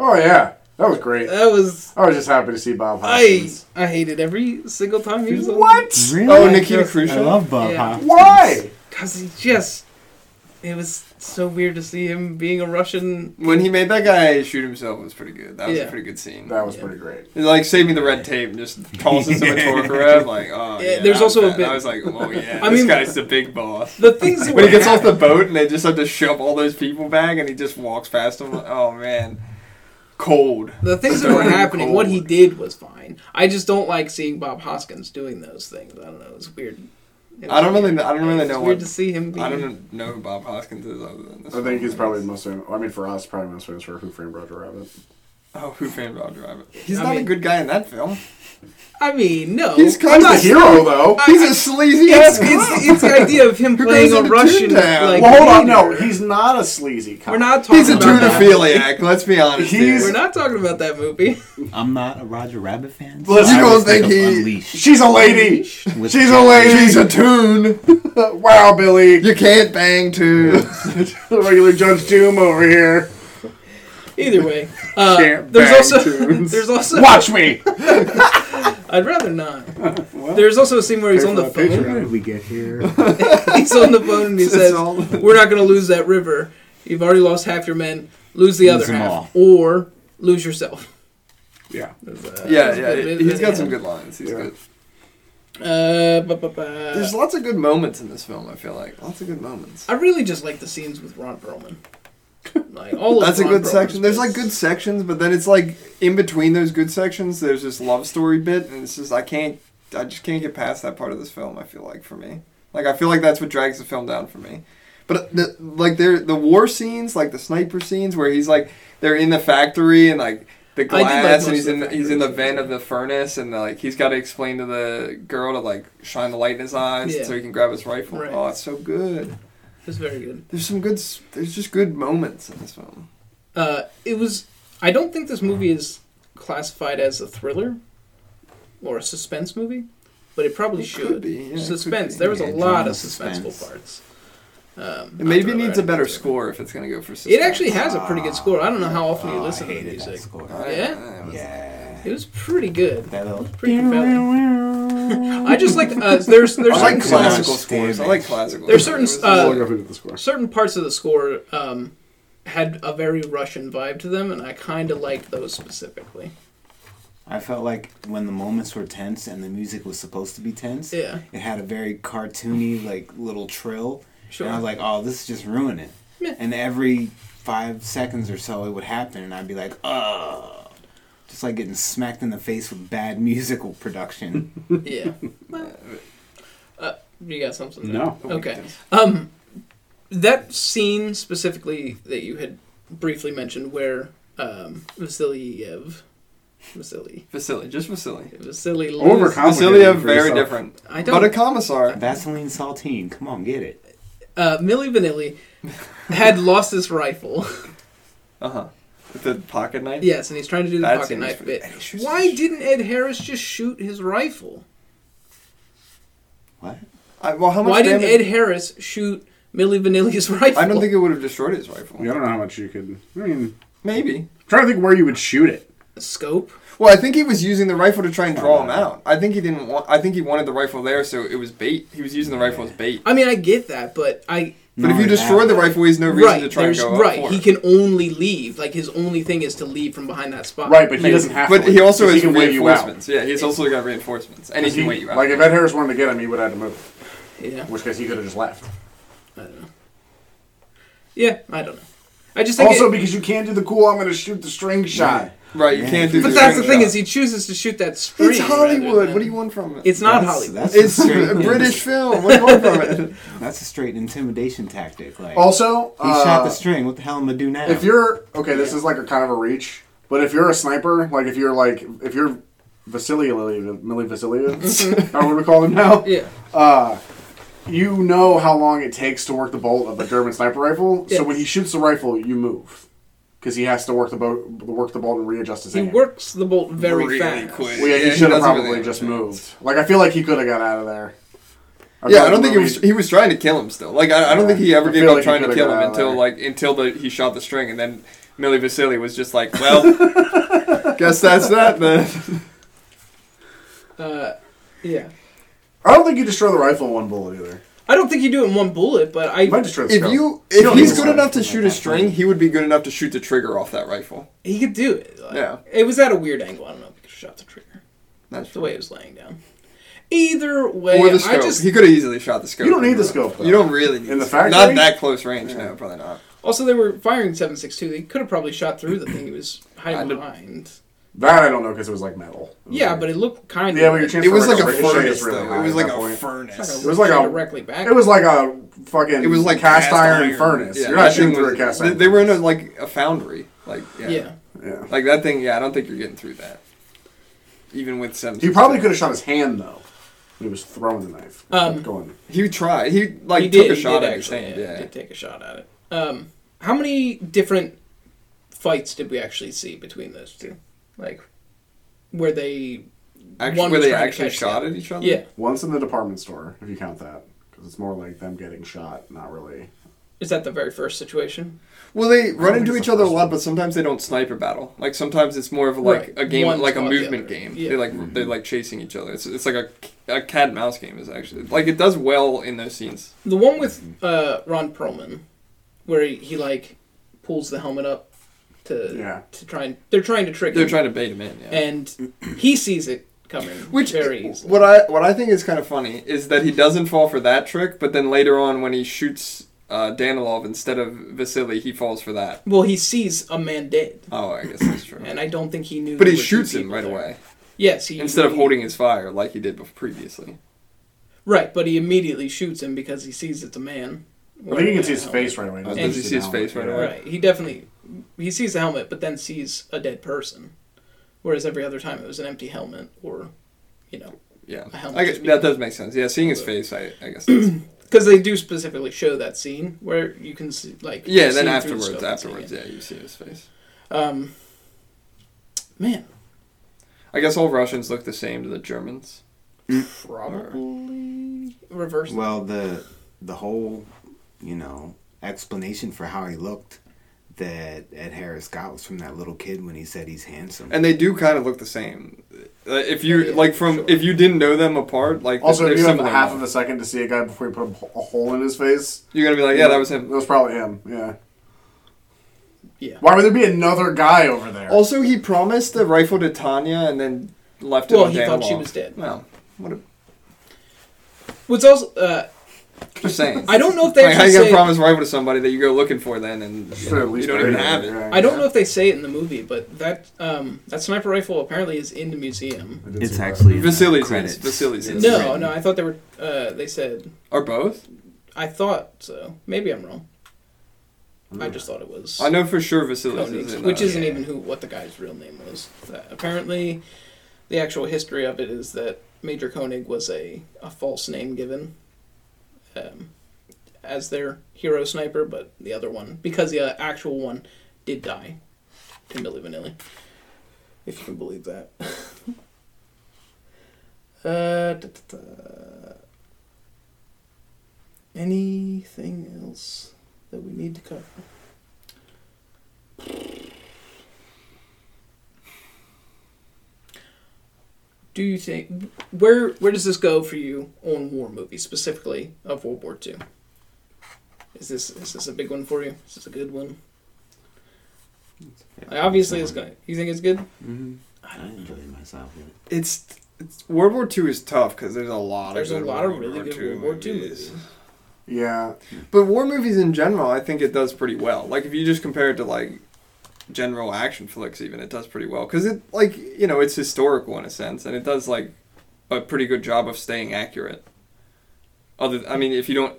S3: Oh yeah, that was great.
S1: That was
S3: I was just happy to see Bob
S1: I.
S3: Hoskins.
S1: I hated every single time he was on.
S3: What?
S5: Really?
S2: Oh, Nikita
S5: I
S2: Khrushchev.
S5: love Bob
S1: Yeah.
S5: Hoskins.
S3: Why?
S1: Cause he just. It was so weird to see him being a Russian.
S2: When he made that guy shoot himself, it was pretty good. That was a
S1: Yeah.
S2: pretty good scene.
S3: That was
S1: Yeah.
S3: pretty great.
S2: It, like save me the red tape and just (laughs) tosses him a Torkarev. Like, oh,
S1: Yeah,
S2: yeah,
S1: there's
S2: that was
S1: also a
S2: bad.
S1: bit-
S2: I was like, oh (laughs) yeah,
S1: I
S2: this
S1: mean-
S2: guy's the big (laughs) boss.
S1: The things
S3: (laughs)
S1: that
S2: When he
S1: were
S2: gets off the boat and they just have to shove all those people back, and he just walks past them. Like, oh man, cold.
S1: The things that were
S2: Stone
S1: happening,
S2: cold.
S1: what he did was fine. I just don't like seeing Bob Hoskins doing those things. I don't know. It's weird. It was
S2: I don't really,
S1: weird.
S2: I don't really
S1: It's
S2: know
S1: weird
S2: what.
S1: to see him. Being,
S2: I don't know who Bob Hoskins is other than this.
S3: I think he's
S2: one.
S3: probably most famous. I mean, for us, probably most famous for Who Framed Roger Rabbit.
S2: Oh, who framed Roger Rabbit? He's
S1: I
S2: not a
S1: mean-
S2: good guy in that film.
S1: I mean, no.
S2: He's
S1: I'm
S2: kind of
S1: not-
S2: the
S3: He's the
S2: (laughs)
S3: hero, though.
S1: I-
S2: He's a sleazy
S1: It's,
S2: ass.
S1: it's, it's the idea of him
S2: Who
S1: playing
S2: goes
S1: a
S2: into
S1: Russian.
S2: Toontown?
S1: Like,
S3: well, hold on. No,
S1: leader.
S3: he's not a sleazy cop.
S1: We're not talking
S2: (laughs) He's a
S1: about that.
S2: tunophiliac. Let's be honest.
S3: He's-
S1: We're
S2: here.
S1: not talking about that
S2: (laughs)
S1: movie.
S5: I'm not a Roger Rabbit fan.
S3: Listen,
S5: I
S3: you
S5: would
S2: don't think
S5: of
S2: he-
S5: Unleashed
S3: She's a lady.
S5: with-
S3: She's a lady.
S2: She's a (laughs) tune.
S3: (laughs) wow, Billy.
S2: You can't bang tunes.
S3: Regular Judge Doom over here.
S1: (laughs) Either way,
S2: (laughs)
S1: uh,
S3: Can't
S1: there's
S3: bang
S1: also (laughs)
S3: tunes.
S1: there's also
S3: Watch me.
S1: I'd rather not.
S2: (laughs)
S1: There's also a scene where he's
S3: Pay
S1: on
S3: for
S1: the
S3: that picture.
S1: phone.
S5: How did we get here?
S1: (laughs) he's on the phone and
S2: (laughs)
S1: he says,
S2: all-
S1: "We're not going to lose that river. You've already lost half your men. Lose the other
S5: them
S1: half,
S5: all."
S1: or lose yourself." (laughs)
S3: Yeah.
S2: Yeah,
S1: That's
S2: yeah.
S1: good.
S2: He's got some
S1: Yeah.
S2: good lines. He's
S3: Yeah.
S2: good.
S1: Uh, bu- bu- bu-
S2: There's lots of good moments in this film. I feel like lots of good moments.
S1: I really just like the scenes with Ron Perlman. Like all of
S2: That's a
S1: Ron
S2: good
S1: Perlman's
S2: section. There's like
S1: bits.
S2: good sections, but then it's like in between those good sections, there's this love story bit, and it's just I can't, I just can't get past that part of this film. I feel like for me, like I feel like that's what drags the film down for me. But uh, the, like there, the war scenes, like the sniper scenes, where he's like they're in the factory and like the
S1: did like most
S2: glass, and he's
S1: of
S2: in
S1: the
S2: the, he's in the
S1: factory
S2: vent of the furnace, and like he's got to explain to the girl to like shine the light in his eyes
S1: Yeah.
S2: so he can grab his rifle.
S1: Right.
S2: Oh, it's so good.
S1: It's very good.
S2: There's some good. s- There's just good moments in this film.
S1: Uh, it was. I don't think this movie is classified as a thriller or a suspense movie, but it probably
S2: It
S1: should.
S2: could be, yeah, it
S1: suspense.
S2: could be.
S1: There was a
S5: Yeah,
S1: lot
S5: drama
S1: of suspenseful
S5: suspense.
S1: parts. Um,
S2: It maybe
S1: not
S2: needs a
S1: thriller,
S2: better
S1: I think.
S2: score if it's gonna go for. Suspense.
S1: It actually has a pretty good score. I don't know how often you
S5: Oh, I
S1: listen to the
S5: hated that
S1: music.
S5: score.
S2: I-
S1: Yeah?
S2: I was-
S5: Yeah.
S1: It was pretty good.
S5: That little.
S1: Pretty compelling. I just like uh, there's there's
S2: (laughs) I like
S1: certain,
S2: classical
S5: Damage.
S2: scores. I like classical.
S1: There's certain,
S2: scores.
S1: uh,
S3: We'll go through the score.
S1: certain parts of the score um,
S2: (laughs)
S1: had a very Russian vibe to them, and I kind of liked those specifically.
S5: I felt like when the moments were tense and the music was supposed to be tense,
S1: Yeah.
S5: it had a very cartoony like little trill.
S1: Sure.
S5: And I was like, oh, this is just ruining it.
S1: Yeah.
S5: And every five seconds or so, it would happen, and I'd be like, oh, just like getting smacked in the face with bad musical
S1: (laughs)
S5: production.
S1: yeah. Well, uh, you got something? there?
S3: No.
S1: uh, Okay. Um, that scene specifically that you had briefly mentioned, where um, Vasiliev, Vasily,
S2: Vasily, just Vasily.
S1: Vasily, loses-
S3: Overcom-
S2: Vasiliev,
S3: for
S2: very
S3: yourself.
S2: different.
S1: I
S2: But a
S1: don't.
S2: commissar.
S5: Vaseline Saltine, come on, get it.
S1: Uh, Millie Vanilli had lost his rifle. (laughs)
S2: Uh
S1: Uh-huh.
S2: huh. With the pocket knife.
S1: yes, and he's trying to do the
S2: That
S1: pocket
S2: seems
S1: knife
S2: pretty-
S1: bit.
S2: and he shoots-
S1: Why didn't Ed Harris just shoot his rifle?
S5: What?
S2: I, well, how much
S1: Why didn't Ed
S2: damage?
S1: Harris shoot Millie Vanilli's (laughs) rifle?
S2: I don't think it would have destroyed his rifle.
S3: I don't know how much you could. I mean,
S2: Maybe.
S3: I'm trying to think where you would shoot it.
S1: scope.
S2: Well, I think he was using the rifle to try and draw him out. I think he didn't want. I think he wanted the rifle there, so it was bait. He was using the rifle as bait.
S1: I mean, I get that, but I
S2: But if you
S5: No,
S2: destroy
S5: that-
S2: the rifle, he has no reason
S1: right
S2: to try and
S1: there's
S2: go
S1: right.
S2: up for
S1: He
S2: it.
S1: can only leave. Like his only thing is to leave from behind that spot.
S3: Right, but he doesn't have
S2: But
S3: to.
S2: he also has
S3: because can wait you out.
S2: reinforcements. Yeah, he's also got reinforcements, and he can
S3: He-
S2: wait you out.
S3: Like if Ed Harris wanted to get him, he would have had to move.
S1: yeah,
S3: In which case, he could have just left.
S1: I don't know. Yeah, I don't know. I just think
S3: Also,
S1: it-
S3: because you can't do the cool, I'm going to shoot the string shot.
S2: right, you
S5: Yeah.
S2: can't do.
S1: but
S2: the
S1: that's the
S2: rim
S1: thing
S2: shot.
S1: is he chooses to shoot that spring.
S2: it's
S1: rather
S2: Hollywood.
S1: than-
S2: What do you want from it?
S1: It's not
S5: That's-
S1: Hollywood.
S5: that's
S2: it's
S5: a straight-
S2: a (laughs) British film. What do you want from it?
S5: That's a straight intimidation tactic. Like
S3: Also,
S5: he shot
S3: uh,
S5: the string. What the hell am I do now?
S3: if you're okay, this is like a kind of a reach. But if you're a sniper, like if you're like if you're Vasily Millie (laughs) Vasiliev, or what do we call him now?
S1: yeah,
S3: Uh, you know how long it takes to work the bolt of a German sniper rifle.
S1: Yes.
S3: So when he shoots the rifle, you move because he has to work the boat, work the bolt, and readjust his
S1: he
S3: hand.
S1: works the bolt very
S2: Really
S1: fast.
S2: quick.
S3: Well, yeah,
S2: Yeah, he
S3: he should have
S2: doesn't really
S3: probably just
S2: understand.
S3: moved. Like I feel like he could have got out of there. feel
S2: Yeah, I
S3: like
S2: don't
S3: the
S2: think he
S3: movie-
S2: was. He was trying to kill him still. Like I, I don't
S3: Yeah.
S2: think he ever
S3: I
S2: gave
S3: feel
S2: up
S3: like he
S2: trying to
S3: could've
S2: kill
S3: got
S2: him
S3: out of
S2: until
S3: there.
S2: like until the he shot the string, and then Millie Vasili was just like, "Well, guess that's that then."
S1: Uh, yeah,
S3: I don't think you destroy the rifle in one bullet either.
S1: I don't think you do it in one bullet, but I
S3: You might destroy the
S2: If
S3: scope.
S2: you
S3: You
S2: if
S3: don't
S2: he's
S3: need
S2: good
S3: one.
S2: enough to shoot a string, he would be good enough to shoot the trigger off that rifle.
S1: he could do it. Like,
S2: Yeah.
S1: it was at a weird angle. I don't know if he could have shot the trigger.
S2: That's
S1: The way it was laying down. Either way,
S2: Or the
S1: I
S2: scope.
S1: just
S2: He could have easily shot the scope.
S3: You don't need the scope, though.
S2: You don't really need
S3: In
S2: the
S3: the
S2: scope. Not
S3: factory?
S2: that close range. No, probably not.
S1: Also, they were firing 7.62. They could have probably shot through the thing he was
S2: I
S1: hiding
S2: don't-
S1: behind.
S3: that I don't know because it was like metal. It was
S1: Yeah,
S3: like-
S1: but it looked kind of.
S3: yeah, but your chance
S2: It
S3: for
S2: was like a
S3: ricochet is
S2: furnace,
S3: really
S2: though.
S3: high
S2: It was
S3: at
S2: like
S3: that
S2: a
S3: point.
S1: It's
S2: furnace.
S1: not
S3: was like
S1: gonna
S3: a-
S1: directly back.
S3: It was like a fucking.
S2: It was like
S3: cast, iron,
S2: iron.
S3: furnace.
S2: Yeah,
S3: You're
S2: that
S3: not
S2: thing
S3: shooting through
S2: was-
S3: a cast
S2: They,
S3: iron.
S2: they were in a, like a foundry. Like yeah.
S1: yeah.
S3: Yeah.
S2: Like that thing. Yeah, I don't think you're getting through that. Even with seven.
S3: He probably could have shot his hand though when he was throwing the knife.
S1: Um,
S3: going.
S2: He tried. He like
S1: he
S2: took
S1: did.
S2: a
S1: he
S2: shot
S1: did
S2: at his
S1: actually,
S2: hand.
S1: yeah,
S2: Yeah.
S1: Did take a shot at it. Um, how many different fights did we actually see between those two? Like, where they?
S2: Actually,
S1: One
S2: where
S1: was
S2: they
S1: trying to
S2: actually
S1: catch
S2: shot
S1: the-
S2: at each other.
S1: Yeah,
S3: Once in the department store, if you count that, because it's more like them getting shot, not really.
S1: is that the very first situation?
S2: Well, they run
S3: think
S2: into
S3: it's
S2: each
S3: the
S2: other a
S3: first
S2: lot,
S3: one.
S2: but sometimes they don't sniper battle. Like sometimes it's more of like
S1: Right.
S2: a game,
S1: One's
S2: like a
S1: got the
S2: movement
S1: other.
S2: game.
S1: Yeah.
S2: They like they're like chasing each other. It's, it's like a, a cat and mouse game. Is actually like it does well in those scenes.
S1: The one with
S2: Mm-hmm.
S1: uh, Ron Perlman, where he, he like pulls the helmet up to
S3: Yeah.
S1: to try and they're trying to trick
S2: They're
S1: him,
S2: trying to bait him in. Yeah.
S1: and he sees it coming,
S2: (clears throat) Which
S1: very easily.
S2: what I what I think is kind of funny is that he doesn't fall for that trick, but then later on when he shoots uh, Danilov instead of Vasily, he falls for that.
S1: Well, he sees a man dead,
S2: Oh, I guess that's true.
S1: and I don't think he knew.
S2: but he
S1: there were two
S2: shoots him
S1: people
S2: right
S1: there.
S2: away
S1: Yes, he,
S2: instead of
S1: he-
S2: holding his fire like he did bef- previously.
S1: Right, but he immediately shoots him because he sees it's a man.
S3: I think you can see his face right away.
S2: Does
S1: And-
S2: he see his face right away?
S1: Right, he definitely he sees the helmet, but then sees a dead person, whereas every other time it was an empty helmet or, you know,
S2: Yeah,
S1: A helmet
S2: I guess,
S1: just
S2: that
S1: being-
S2: does make sense. Yeah, seeing his face, I, I guess.
S3: (clears throat)
S2: That's,
S1: because they do specifically show that scene where you can see like
S2: yeah,
S1: see through
S2: then
S1: the
S2: afterwards,
S1: scope and see
S2: afterwards,
S1: it.
S2: yeah, you see his face.
S1: Um, man,
S2: I guess all Russians look the same to the Germans.
S1: probably reverse.
S5: Well, the the whole, you know, explanation for how he looked that Ed Harris got was from that little kid when he said he's handsome.
S2: And they do kind of look the same. Uh, if you
S1: Yeah,
S2: like from
S1: sure.
S2: if you didn't know them apart, like
S3: Also,
S2: they're
S3: if you have
S2: similar
S3: half
S2: enough. Uh,
S3: of a second to see a guy before you put a, a hole in his face,
S2: you're gonna be like, yeah, that was him.
S3: That was probably him. Yeah.
S1: Yeah.
S3: Why would there be another guy over there?
S2: Also, he promised the rifle to Tanya and then left it.
S1: Well,
S2: on
S1: he
S2: Dan
S1: thought she
S2: Wall.
S1: was dead.
S2: Well, what a,
S1: What's also uh,
S2: just saying.
S1: (laughs) I don't know if they
S2: Like, how
S1: actually
S2: you gonna
S1: say.
S2: promise a rifle to somebody that you go looking for then, and you,
S3: Should at
S2: know, you
S3: least
S2: don't
S3: bring
S2: even
S3: it,
S2: have it.
S3: yeah,
S1: I don't
S3: yeah.
S1: know if they say it in the movie, but that um, that sniper rifle apparently is in the museum.
S3: I didn't see
S5: It's
S3: that.
S5: actually in the
S2: Vasili's is-
S5: credits.
S2: Vasili's is.
S5: It's
S1: No,
S5: written.
S1: no, I thought they were. Uh, they said.
S2: Or both?
S1: I thought so. Maybe I'm wrong. I just thought it was.
S2: I know for sure Vasilis
S1: Koenig,
S2: is in
S1: which
S2: that.
S1: isn't
S5: yeah.
S1: even who what the guy's real name was. Uh, apparently, the actual history of it is that Major Koenig was a, a false name given um, as their hero sniper, but the other one, because the uh, actual one did die to Milli Vanilli, if you can believe that. (laughs) uh, da, da, da. Anything else that we need to cover? do you think where where does this go for you on war movies specifically of World War II? Is this is this a big one for you? Is this a good one? Like, obviously, it's gonna. You think it's good?
S5: Mhm. I enjoyed myself with it.
S2: It's, it's World War II is tough because there's a lot.
S1: There's a
S2: of good
S1: lot of
S2: World
S1: really
S2: War
S1: good
S2: II
S1: World War II movies.
S3: Yeah.
S2: But war movies in general, I think it does pretty well. Like if you just compare it to like general action flicks, even it does pretty well because it like you know it's historical in a sense, and it does like a pretty good job of staying accurate. Other, I mean, if you don't,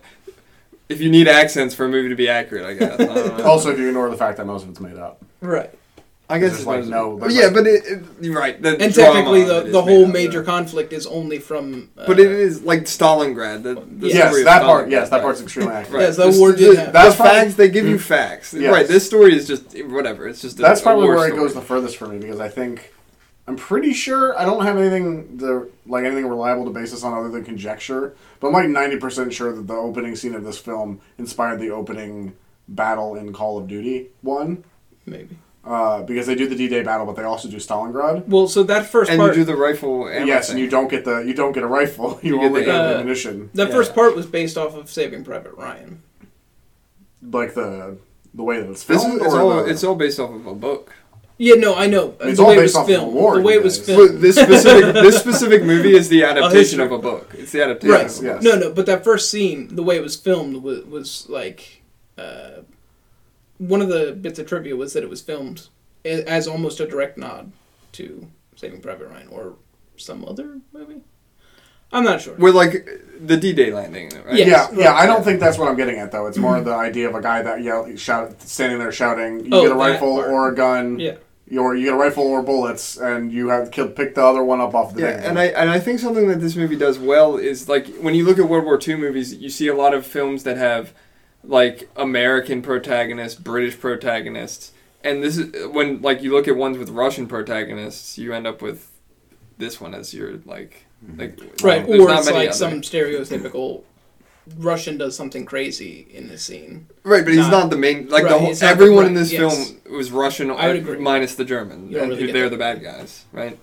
S2: if you need accents for a movie to be accurate, I guess. I don't know.
S3: Also, if you ignore the fact that most of it's made up.
S1: Right.
S2: (laughs) I guess
S3: There's
S2: it's
S3: like
S2: like
S3: no-
S2: no,
S3: there's
S2: yeah,
S3: like-
S2: but it, it you're right. The
S1: And
S2: drama
S1: technically,
S2: of
S1: the,
S2: it is
S1: the
S2: made
S1: whole
S2: up,
S1: major
S2: yeah.
S1: conflict is only from. Uh,
S2: But it is like Stalingrad. The, the
S1: Yes,
S2: story
S3: Yes,
S2: of
S3: that part.
S2: Stalingrad,
S3: Yes, that
S2: right. (laughs)
S3: part's extremely accurate.
S1: Yes, that war did happen.
S2: That's
S3: That's
S2: the
S3: probably-
S2: facts. They give you facts.
S3: Yes.
S2: Right. This story is just whatever. It's just. A,
S3: That's
S2: a
S3: probably
S2: war
S3: where it
S2: story.
S3: goes the furthest for me because I think I'm pretty sure I don't have anything to, like anything reliable to base this on other than conjecture. But I'm like ninety percent sure that the opening scene of this film inspired the opening battle in Call of Duty one
S1: maybe.
S3: uh, because they do the D-Day battle, but they also do Stalingrad.
S1: Well, so that first
S2: And
S1: part.
S2: you do the rifle. ammo
S3: yes, and
S2: thing.
S3: you don't get the you don't get a rifle. (laughs) You,
S2: get
S3: only
S2: the-
S3: get
S1: Uh,
S3: ammunition.
S1: that
S3: Yeah.
S1: first part was based off of Saving Private Ryan.
S3: like the the way that it's
S2: This
S3: filmed.
S2: is, it's
S3: or
S2: all.
S3: the-
S2: It's all based off of a book.
S1: Yeah, no, I know.
S3: It's
S1: the
S3: all
S1: way
S3: based
S1: it
S3: off
S1: was
S3: of the
S1: filmed.
S3: war,
S1: the way
S3: you
S1: it was
S3: guys.
S1: filmed.
S2: But (laughs) this specific. this specific movie is the adaptation
S1: history-
S2: of a book. It's the adaptation.
S1: Right.
S2: of a book.
S3: yes.
S1: No, no, but that first scene, the way it was filmed was, was like uh, one of the bits of trivia was that it was filmed a- as almost a direct nod to Saving Private Ryan or some other movie. I'm not sure.
S2: We're like the D-Day landing. Right?
S1: Yes.
S3: Yeah, yeah. I don't think that's what I'm getting at though. It's more the idea of a guy that yell, shout, standing there shouting, "You
S1: Oh,
S3: get a
S1: that
S3: rifle
S1: part.
S3: or a gun,
S1: Yeah.
S3: or you get a rifle or bullets, and you have to kill, pick the other one up off the
S2: Yeah,
S3: thing."
S2: and I and I think something that this movie does well is like when you look at World War II movies, you see a lot of films that have like American protagonists, British protagonists, and this is when like you look at ones with Russian protagonists, you end up with this one as your like like
S1: Right,
S2: Um, there's
S1: or
S2: not
S1: it's
S2: many
S1: like
S2: other-
S1: some stereotypical Russian does something crazy in the scene.
S2: right, but he's
S1: not-
S2: not, the main like
S1: right,
S2: the whole,
S1: it's not the-
S2: everyone in
S1: right,
S2: this
S1: yes.
S2: film was Russian,
S1: I would agree.
S2: minus the German,
S1: You don't
S2: and
S1: really
S2: who-
S1: get
S2: they're
S1: that.
S2: the bad guys, right?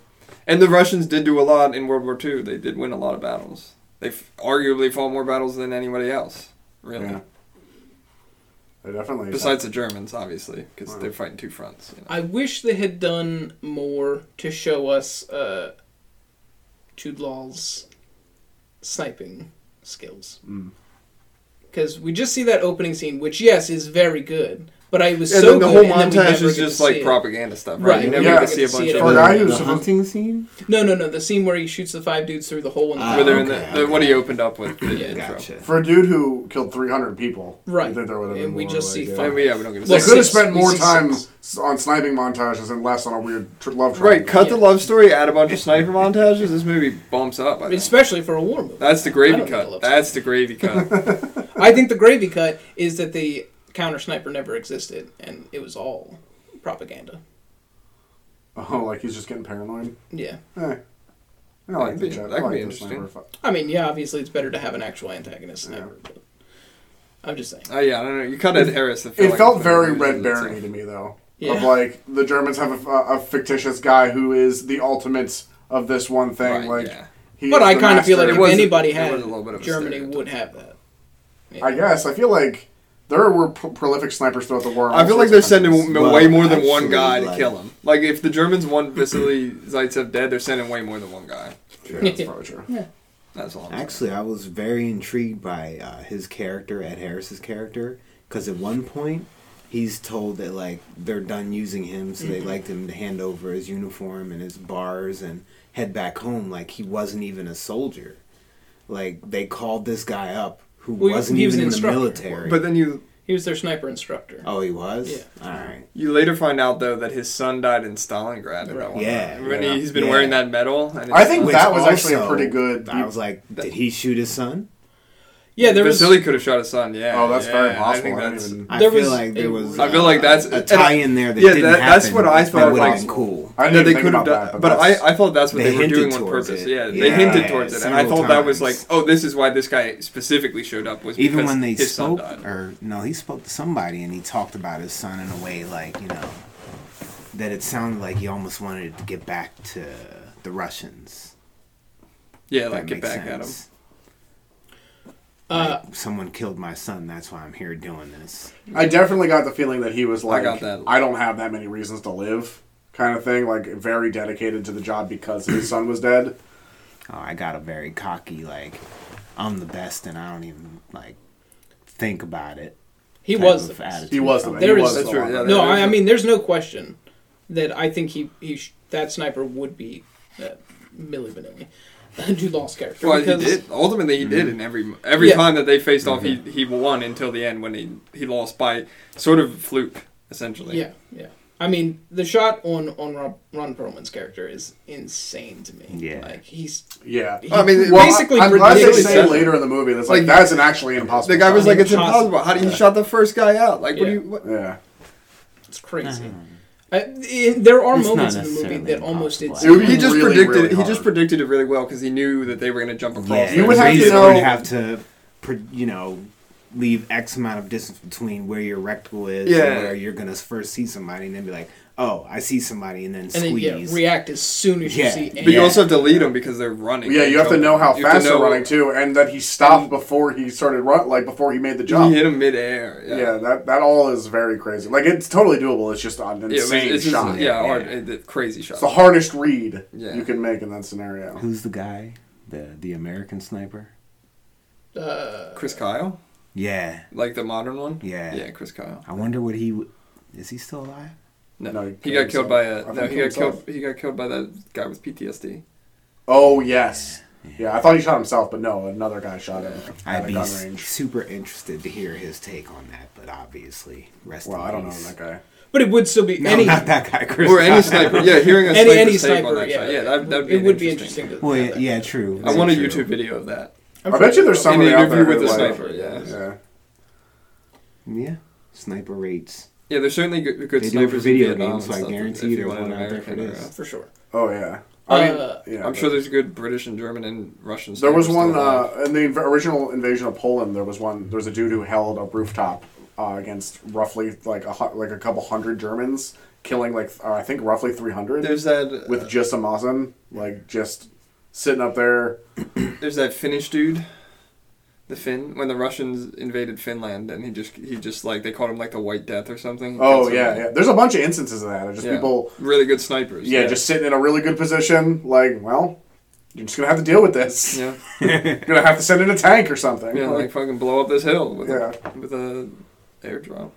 S2: And the Russians did do a lot in World War II. They did win a lot of battles. They f- arguably fought more battles than anybody else, really.
S3: Yeah. I definitely. uh,
S2: Besides the Germans, obviously, because they're fighting two fronts. You know?
S1: I wish they had done more to show us uh, Jude Law's sniping skills.
S2: Mm.
S1: Because we just see that opening scene, which yes is very good, but I was
S2: and
S1: so
S2: then the
S1: good,
S2: whole
S1: and then we
S2: montage
S1: never
S2: is
S1: get to
S2: just
S1: see
S2: like
S1: it.
S2: propaganda stuff, right?
S1: Right,
S2: You
S1: we
S2: never
S3: never
S2: get to
S3: get
S2: see a
S1: to
S2: bunch
S1: see it
S2: of
S1: at all.
S2: them.
S3: For a guy
S5: The
S3: who's supposed-
S5: hunting scene?
S1: No, no, no. The scene where he shoots the five dudes through the hole in the
S5: Ah,
S2: where they're in
S5: okay,
S2: the, the what
S5: okay.
S2: he opened up with. The
S1: Yeah.
S2: intro.
S5: Gotcha.
S3: for a dude who killed 300 people, I
S1: Right.
S3: think there would've been
S1: And we
S3: more,
S1: just
S3: like,
S1: see
S3: yeah.
S1: five-
S2: And we, yeah, we don't get to
S1: Well,
S3: They
S2: see
S3: could
S2: it.
S3: have
S1: six.
S3: spent
S1: We
S3: more
S1: see
S3: time
S1: six.
S3: s- on sniping montages and less on a weird tr- love triangle.
S2: Right, cut the
S1: Yeah.
S2: love story, add a bunch of sniper montages. This movie bumps up. I think.
S1: especially for a war movie.
S2: That's the
S1: I
S2: gravy
S1: don't think I
S2: cut.
S1: love
S2: That's the gravy
S3: (laughs)
S2: cut.
S1: I think the gravy cut is that the counter sniper never existed, and it was all propaganda.
S3: (laughs) Oh, like he's just getting paranoid.
S1: Yeah.
S3: Eh. I like
S2: That'd
S3: the
S2: be-
S3: jet-
S2: that
S3: I
S2: could
S3: like
S2: be
S3: the
S2: interesting.
S3: sniper fi-
S1: I mean, yeah, obviously it's better to have an actual antagonist sniper. But I'm just saying.
S2: Oh yeah, I don't know. You cut Ed Harris. I feel
S3: It
S2: like
S3: felt
S2: it's
S3: very
S2: been
S3: Red
S2: losing
S3: Barony
S2: itself.
S3: to me, though. Of
S1: Yeah.
S3: like the Germans have a, a fictitious guy who is the ultimate of this one thing.
S2: Right,
S3: like,
S2: yeah.
S3: he
S1: But
S3: is
S1: I
S3: the
S1: kind of feel like
S3: master.
S1: if
S2: was-
S1: anybody
S2: it
S1: had
S2: was
S1: it,
S2: a little bit of a
S1: Germany
S2: stereotype.
S1: would have that.
S3: I guess I feel like There were pro- prolific snipers throughout the war.
S2: I feel like they're sending
S3: Countries.
S2: m
S5: Well,
S2: way more than
S5: actually,
S2: one guy to
S5: like-
S2: kill him. Like if the Germans want Vasily Zaitsev dead, they're sending way more than one guy.
S3: Yeah, that's probably true.
S2: That's all. I'm
S5: Actually, I was very intrigued by uh, his character, Ed Harris's character, because at one point he's told that like they're done using him, so
S1: Mm-hmm.
S5: they'd like him to hand over his uniform and his bars and head back home. Like he wasn't even a soldier. Like they called this guy up who
S1: Well, he-
S5: wasn't
S1: he was
S5: even
S1: an
S5: in the
S1: instructor.
S5: military.
S2: But then you
S1: He was their sniper instructor.
S5: oh, he was.
S1: Yeah.
S5: All right.
S2: you later find out though that his son died in Stalingrad. At that
S1: Right.
S2: one
S5: Yeah,
S2: time. When
S5: yeah.
S2: he, he's been
S5: Yeah.
S2: wearing that medal. And
S3: I think
S5: Which
S3: that was actually a
S5: also,
S3: pretty good-
S5: I was like, did he shoot his son?
S1: Yeah, there was.
S2: Vasily could have shot his son. Yeah.
S3: Oh, that's
S2: yeah,
S3: very
S2: I
S3: possible.
S2: think
S3: I didn't
S2: that's.
S3: even-
S5: I
S1: There
S5: feel
S1: was
S5: like
S1: a-
S5: there was.
S2: I feel like that's-
S5: a tie in there that
S2: yeah,
S5: didn't
S2: that-
S5: happen.
S2: that's what I thought
S5: Would have
S2: was-
S5: been cool.
S3: I
S2: No,
S3: didn't
S2: they
S3: think
S2: could have
S3: about
S2: done,
S3: that,
S2: but
S3: that's-
S2: I, I thought that's what
S5: They
S2: they, were
S5: hinted
S2: doing on
S5: towards
S2: purpose.
S5: it.
S2: Yeah, they
S5: Yeah,
S2: hinted towards it, and I
S5: several
S2: thought that was like,
S5: times.
S2: oh, this is why this guy specifically showed up was
S5: even
S2: because
S5: when they
S2: his son
S5: spoke
S2: died.
S5: or no he spoke to somebody and he talked about his son in a way like you know that it sounded like he almost wanted to get back to the russians
S2: Yeah,
S5: If
S2: like
S5: that
S2: get
S5: makes
S2: back at him.
S5: sense.
S1: Uh,
S5: someone killed my son that's why i'm here doing this
S3: I definitely got the feeling that he was like, I,
S2: got that.
S3: don't have that many reasons to live, kind of thing. Like very dedicated to the job because his son was dead.
S5: oh i got a very cocky like i'm the best and i don't even like think about it
S1: he
S5: type
S1: was
S5: of
S1: the best.
S5: attitude.
S3: He was the
S1: There is-
S3: he was
S1: That's
S3: the
S2: true,
S3: one.
S2: yeah,
S1: No,
S2: There's
S1: I, I
S2: a-
S1: mean, there's no question that I think he, he sh- that sniper would be uh, Millie Vanilli, (laughs) Jude Law's character.
S2: Well,
S1: because-
S2: he did. Ultimately, he
S5: Mm-hmm.
S2: did in every every
S1: Yeah.
S2: time that they faced off. He he won until the end when he he lost by sort of fluke, essentially.
S1: Yeah, yeah. I mean, the shot on on Ron, Ron Perlman's character is insane to me.
S5: Yeah.
S1: like he's
S3: Yeah.
S1: he
S2: I mean,
S3: Well,
S1: basically
S3: I, am glad they
S1: predicts.
S3: say later in the movie that's like,
S2: Like,
S3: that's an actually impossible.
S2: The guy was
S3: shot.
S2: like, "It's
S1: Impossible.
S2: impossible. How do you shot the first guy out? Like, what do
S1: Yeah.
S2: you?" What?
S3: yeah,
S1: It's crazy. I, it, there are
S5: It's not
S1: moments in the movie
S5: necessarily
S1: that almost
S5: impossible.
S1: it's
S3: It would
S2: He just
S3: really,
S2: predicted.
S3: really
S2: he just
S3: hard.
S2: predicted it really well because he knew that they were going to jump across.
S5: Yeah,
S2: there.
S3: You would
S5: the
S3: have to
S5: reason
S3: know-
S5: would have to, pr- you know, leave X amount of distance between where your rectal is and
S2: Yeah.
S5: where you're gonna first see somebody, and then be like, "Oh, I see somebody," and then
S1: and then yeah,
S5: squeeze.
S1: react as soon as you
S5: Yeah.
S1: see.
S5: But
S2: but
S1: any-
S2: you also have to lead them because they're running.
S3: yeah. You have to know how fast they're running too, and that he stopped
S2: And-
S3: before he started run, like before he made the
S2: He
S3: jump.
S2: hit him midair. Yeah,
S3: yeah. that that all is very crazy. Like it's totally doable. It's just an
S2: Yeah, it was-
S3: insane
S2: it's just-
S3: shot.
S2: yeah, hard-
S5: Yeah.
S2: uh, the crazy shot.
S3: It's the hardest read
S2: Yeah.
S3: you can make in that scenario.
S5: Who's the guy? The the American sniper?
S1: uh,
S2: Chris Kyle,
S5: Yeah,
S2: like the modern one.
S5: Yeah.
S2: yeah, Chris Kyle.
S5: I wonder what he w- is. He still alive?
S2: No,
S3: No, he
S2: he, got
S3: killed
S2: killed
S3: himself.
S2: by
S3: I
S2: a.
S3: think
S2: No, he
S3: killed
S2: got
S3: himself.
S2: killed. He got killed by that guy with PTSD.
S3: Oh yes. Yeah, I thought he shot himself, but no, another guy shot him at
S5: I'd
S3: a
S5: be
S3: gun
S5: s-
S3: range.
S5: super interested to hear his take on that, but obviously, rest.
S3: Well,
S5: in
S3: I don't know
S5: peace.
S3: that guy.
S1: but it would still be
S5: No,
S1: any
S5: not that guy, Chris.
S2: or any
S5: Kyle. (laughs)
S2: sniper. Yeah, hearing a
S1: any any
S2: sniper's take on
S1: sniper.
S2: that
S1: Yeah,
S2: shot. Yeah, that that'd be
S1: it
S2: an
S1: would be interesting. To
S5: Well,
S1: have
S5: yeah,
S1: that.
S5: yeah, true.
S2: I want a
S5: True.
S2: YouTube video of that.
S1: I'm
S3: I
S1: sure
S3: bet you there's
S1: there-
S3: somebody
S2: An
S3: out there
S2: interview
S3: who,
S2: with a
S3: like-
S2: sniper, yeah.
S3: yeah.
S5: Yeah, sniper rates.
S2: Yeah, there's certainly good, good
S5: They do it for
S2: snipers
S5: video
S2: in Vietnam
S5: games,
S2: and
S5: so I
S2: stuff,
S5: guarantee
S2: if you
S5: there's
S2: want an
S5: one out there
S2: American
S5: for
S2: or
S5: this.
S2: a-
S1: for sure.
S3: Oh yeah. I mean,
S1: Uh,
S3: yeah.
S2: I'm sure there's good British and German and Russian.
S3: there was
S2: snipers
S3: one
S2: still alive.
S3: uh, in the inv- original invasion of Poland. There was one. There was a dude who held a rooftop uh, against roughly like a hu- like a couple hundred Germans, killing like uh, I think roughly three hundred
S2: there's uh, that.
S3: with
S2: With
S3: just a Mazin, like just sitting up there.
S2: there's that Finnish dude. The Finn, when the Russians invaded Finland, and he just he just like they called him like the White Death or something. He
S3: Oh
S2: killed
S3: yeah,
S2: somebody.
S3: yeah. There's a bunch of instances of that. Of just
S2: Yeah.
S3: people,
S2: really good snipers.
S3: yeah, just sitting in a really good position. Like, well, you're just gonna have to deal with this.
S2: yeah,
S3: (laughs) You're gonna have to send in a tank or something.
S2: yeah, like fucking blow up this hill with
S3: Yeah.
S2: a, with a airdrop.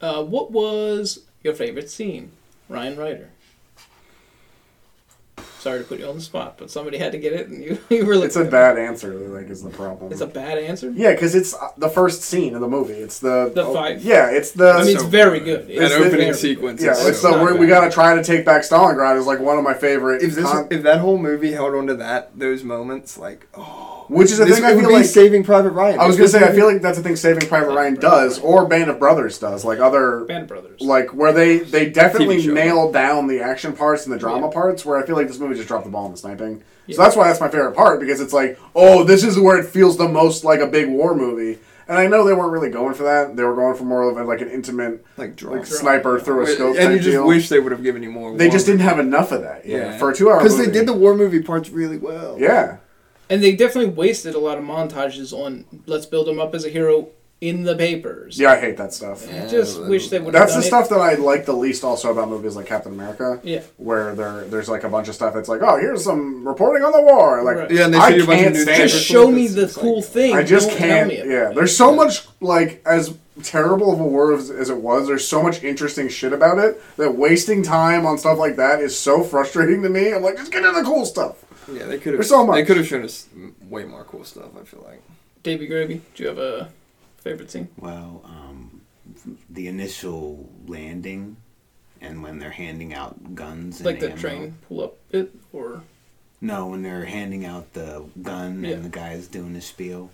S1: Uh, what was your favorite scene, Ryan Ryder? Sorry to put you on the spot, but somebody had to get it, and you, (laughs) you were like,
S3: it's a bad answer. Like, is the problem?
S1: It's a bad answer.
S3: Yeah, because it's uh, the first scene of the movie. It's the
S1: The
S3: oh,
S1: fight.
S3: Yeah, it's the.
S1: I mean, it's
S2: so
S1: very
S2: good.
S1: good.
S2: That
S1: It's
S2: opening
S1: very good.
S2: sequence
S3: yeah,
S2: it's
S3: it's
S2: so
S3: the we,
S2: bad.
S3: we gotta try to take back Stalingrad is like one of my favorite.
S2: If this,
S3: con-
S2: if that whole movie held onto that, those moments, like, oh,
S3: which is the
S2: this
S3: thing I
S2: would
S3: feel
S2: be
S3: like.
S2: Saving Private Ryan.
S3: I was gonna
S2: This
S3: say I
S2: would
S3: feel like that's the thing Saving Private Ryan does, or Band of Brothers does, like other
S1: Band of Brothers.
S3: like where they they definitely
S2: TV show.
S3: nail down the action parts and the drama
S1: Yeah.
S3: parts where i feel like this movie just dropped the ball on the sniping
S1: Yeah.
S3: so that's why that's my favorite part because it's like oh this is where it feels the most like a big war movie and i know they weren't really going for that they were going for more of a, like an intimate
S2: like drama.
S3: like sniper through a
S2: and
S3: scope
S2: you
S3: type
S2: just
S3: deal.
S2: wish they would have given you more. (laughs)
S3: they just didn't have enough of that yeah, for a two hour
S2: because they did the war movie parts really well.
S3: yeah
S1: And they definitely wasted a lot of montages on let's build him up as a hero in the papers.
S3: Yeah, I hate that stuff.
S1: I just
S2: Yeah,
S1: wish they would.
S3: That's
S1: done
S3: the
S1: it.
S3: stuff that I like the least also about movies like Captain America.
S1: Yeah.
S3: Where there there's like a bunch of stuff that's like, oh, here's some reporting on the war. Like
S1: Right.
S2: Yeah, and they
S3: I
S2: show you a bunch of
S3: can't
S2: new
S3: stand-
S2: papers.
S1: Just show me
S2: It's-
S1: the
S2: it's like-
S1: cool thing.
S3: I just
S1: Don't tell
S3: can't.
S1: me about
S3: Yeah,
S1: it.
S3: there's so much like as terrible of a war as, as it was. There's so much interesting shit about it that wasting time on stuff like that is so frustrating to me. I'm like, just get to the cool stuff.
S2: Yeah, they could have.
S3: There's so much.
S2: They could have shown us way more cool stuff. I feel like.
S1: Davy Gravy, do you have a favorite scene?
S5: Well, um, the initial landing and when they're handing out guns and
S1: Like the
S5: ammo.
S1: train pull up bit, or
S5: No, when they're handing out the gun
S1: Yeah.
S5: and the guy's doing his spiel.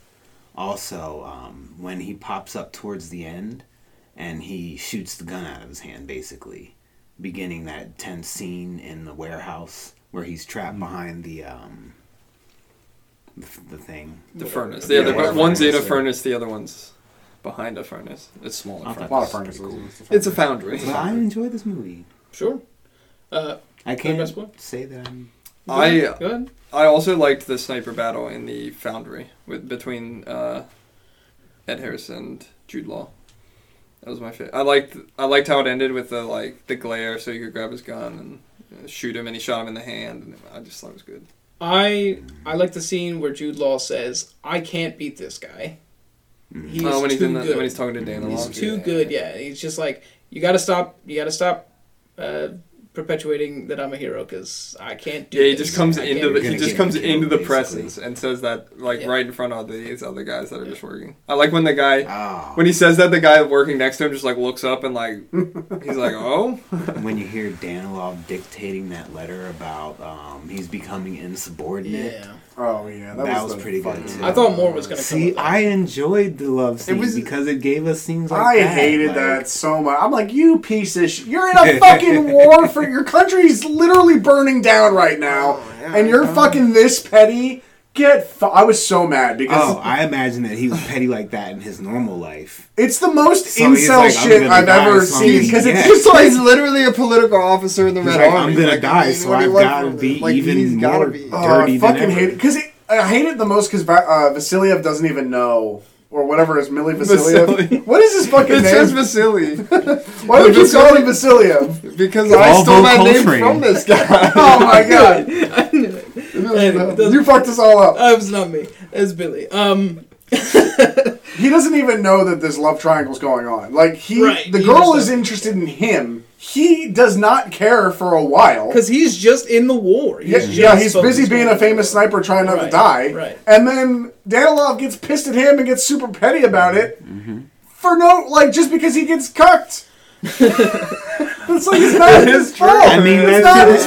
S5: Also, um, when he pops up towards the end and he shoots the gun out of his hand, basically, beginning that tense scene in the warehouse where he's trapped behind the um, the, the thing.
S2: The
S1: Whatever.
S2: furnace. The other
S5: Yeah, yeah,
S2: one's in a
S5: furnace, yeah.
S2: furnace. The other one's behind a furnace. It's smaller
S5: I
S2: furnace.
S5: thought
S3: A lot of
S5: That's
S3: furnaces.
S5: pretty
S2: It's a foundry.
S5: But I enjoyed this movie.
S1: sure. Uh,
S5: I
S1: best one?
S5: can't say that I'm.
S1: go
S2: I-
S1: ahead. go ahead.
S2: I also liked the sniper battle in the foundry with between uh, Ed Harris and Jude Law. That was my favorite. I liked I liked how it ended with the like the glare, so you could grab his gun and uh, shoot him, and he shot him in the hand, and I just thought it was good.
S1: I I like the scene where Jude Law says, "I can't beat this guy. He's
S2: Oh, when
S1: too
S2: he's in the,
S1: good.
S2: when he's talking to Dan, the
S1: He's
S2: Lobster.
S1: too good. Yeah, he's just like you got to stop. You got to stop uh, perpetuating that I'm a hero because I can't do.
S2: Yeah, he
S1: this.
S2: just comes
S1: I
S2: into
S1: can't do
S2: the he
S5: gonna
S1: this."
S2: just
S5: get
S2: comes
S5: killed,
S2: into the
S5: basically.
S2: presses and says that like
S1: Yeah.
S2: right in front of these other guys that are just working. I like when the guy
S5: Oh.
S2: when he says that the guy working next to him just like looks up and like he's like (laughs) oh
S5: when you hear Danilov dictating that letter about um, he's becoming insubordinate.
S1: Yeah,
S3: Oh yeah, that, was,
S5: That was
S3: the
S5: pretty good,
S3: fucking-
S5: too.
S1: I thought more was gonna come.
S5: See,
S1: with that.
S5: I enjoyed the love scene
S2: was-
S5: because it gave us scenes like
S3: I
S5: that.
S3: hated
S5: like-
S3: that so much. I'm like, you piece of shit. You're in a
S5: (laughs)
S3: fucking war for your country's literally burning down right now,
S5: Oh,
S3: and you're fucking this petty. Get. Fu- I was so mad because
S2: (laughs)
S5: Oh, I imagine that he was petty like that in his normal life.
S3: it's the most
S5: So he's
S3: incel
S5: like, I'm
S3: shit
S5: gonna
S3: I've
S5: die
S3: ever
S5: so I'm
S3: seen.
S5: gonna
S3: Because it's
S5: get-
S3: just
S5: (laughs)
S3: like
S2: he's literally a political officer in the
S5: He's
S2: Red
S5: like,
S2: Army.
S5: I'm gonna
S2: Like, I
S5: die,
S2: mean,
S5: so
S2: what do you
S5: I've
S2: want
S5: gotta
S2: from
S5: be
S2: him? Like,
S5: even
S2: he's gotta
S5: more
S2: be-
S3: Oh, I
S5: dirty than
S3: fucking
S5: ever.
S3: hate it because I hate it the most because uh, Vasiliev doesn't even know or whatever is Millie Vasiliev.
S2: Vasily.
S3: What is his fucking
S2: Oh, It says (laughs)
S3: name?
S2: Vasily
S3: Why would you call
S2: Vasily-
S3: him
S5: (laughs)
S3: Vasiliev?
S2: because I
S5: Volvo
S2: stole that name
S5: Coltrane.
S2: from this guy.
S3: Oh my god!
S1: (laughs) I knew it. doesn't-
S3: you fucked us all up.
S1: Uh, it was not me. It's Billy. Um,
S3: He doesn't even know that this love triangle's going on. Like he,
S1: Right,
S3: the
S1: he
S3: girl
S1: does
S3: is
S1: not.
S3: interested in him. He does not care for a while.
S1: because he's just in the war. He's
S3: Yeah,
S1: just
S3: yeah, he's
S1: focused
S3: busy being
S1: on
S3: a famous
S1: the war.
S3: sniper trying not to
S1: Right,
S3: die.
S1: right.
S3: And then Danilov gets pissed at him and gets super petty about it
S5: Mm-hmm.
S3: for no, like, just because he gets
S1: (laughs)
S3: cucked. it's like, it's not his fault.
S5: I mean,
S3: it's
S5: that's-
S3: not his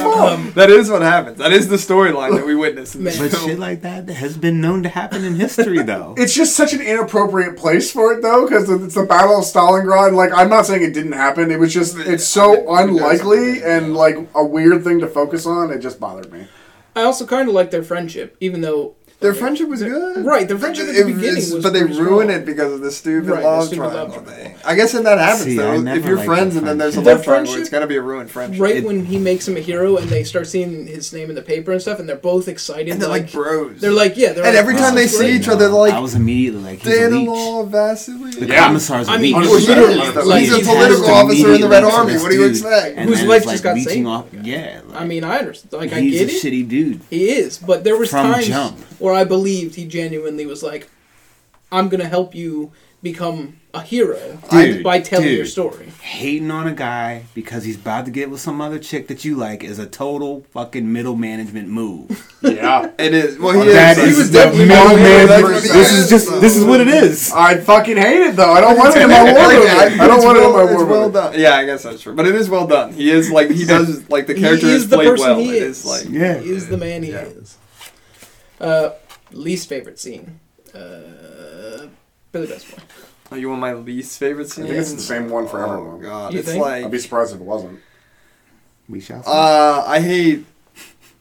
S2: (laughs)
S3: fault.
S2: that is what happens. That is the storyline that we witnessed. In this
S1: Man.
S5: But
S2: film.
S5: shit like that has been known to happen in history, though.
S3: It's just such an inappropriate place for it, though, because it's the Battle of Stalingrad. Like, I'm not saying it didn't happen. It was just, it's so unlikely and, like, a weird thing to focus on. It just bothered me.
S1: I also kind of like their friendship, even though
S2: Their friendship was good.
S1: right, their friendship at the beginning
S2: it's-
S1: was
S2: But they
S1: pretty
S2: ruin
S1: strong.
S2: it because of the stupid
S1: Right, the
S2: love
S1: stupid
S2: triangle
S1: love
S2: thing. I guess if that happens,
S5: See, I
S2: though, if
S5: never
S2: you're
S5: liked
S2: friends
S5: the
S2: and then there's a
S5: friendship.
S2: love triangle, it's
S1: friendship-
S2: got to be a ruined friendship.
S1: right
S5: It-
S1: when he makes him a hero and they start seeing his name in the paper and stuff, and they're both excited.
S2: And they're like, bros.
S1: They're like, yeah. They're like,
S2: And (laughs) every
S1: this
S2: time
S1: is
S2: they see
S1: great.
S2: each other, they're like,
S5: Oh, I was immediately like, he's a leech.
S2: Danilov Vasily.
S5: The
S3: Yeah.
S5: commissar's a
S1: I mean,
S5: leech.
S2: Well,
S1: he's
S2: he
S1: literally,
S2: is, though.
S1: like,
S2: he's a
S1: he
S2: political
S1: has to
S2: officer in the Red
S1: immediately-
S2: Army. What do you expect?
S5: And
S1: Whose
S5: then
S1: life
S5: it's,
S1: just
S5: like,
S1: got
S5: reaching
S1: saved.
S5: Off, yeah, like,
S1: I mean, I understand. Like, I
S5: he's
S1: get
S5: a
S1: it.
S5: shitty dude.
S1: He is, but there was
S5: From
S1: times
S5: jump.
S1: where I believed he genuinely was like, "I'm gonna help you become a hero
S5: Dude,
S1: by telling
S5: dude.
S1: your story."
S5: hating on a guy because he's about to get with some other chick that you like is a total fucking middle
S2: (laughs)
S5: management move.
S3: Yeah.
S2: It is. Well, he
S5: That
S2: is.
S5: is
S2: he was
S5: the
S2: definitely
S5: middle
S2: one of the
S3: man
S2: best
S3: versus-
S2: friends.
S3: This is
S2: So-
S5: what it
S2: Uh,
S5: is.
S3: (laughs) I fucking hate it, though. I don't want it in my war
S2: Like,
S3: movie. I
S2: (laughs)
S3: don't
S2: it's
S3: want it in my
S2: well-
S3: war
S2: It's well
S3: movie.
S2: done. Yeah, I guess that's true. But it is well done. He is like he does like the
S1: He
S2: character
S1: is
S2: is
S1: the
S2: played
S1: person
S2: well.
S1: he
S2: It
S1: is.
S2: is like
S5: Yeah.
S1: He is the man he
S2: Yeah.
S1: is. Uh, least favorite scene. Uh, Billy Best Boy.
S2: Oh, you want my least favorite scene?
S3: think it's the same one for
S2: oh,
S3: everyone.
S2: God,
S1: You
S2: it's
S1: think?
S2: like
S3: I'd be surprised if it wasn't.
S5: We shall. see.
S2: uh, I hate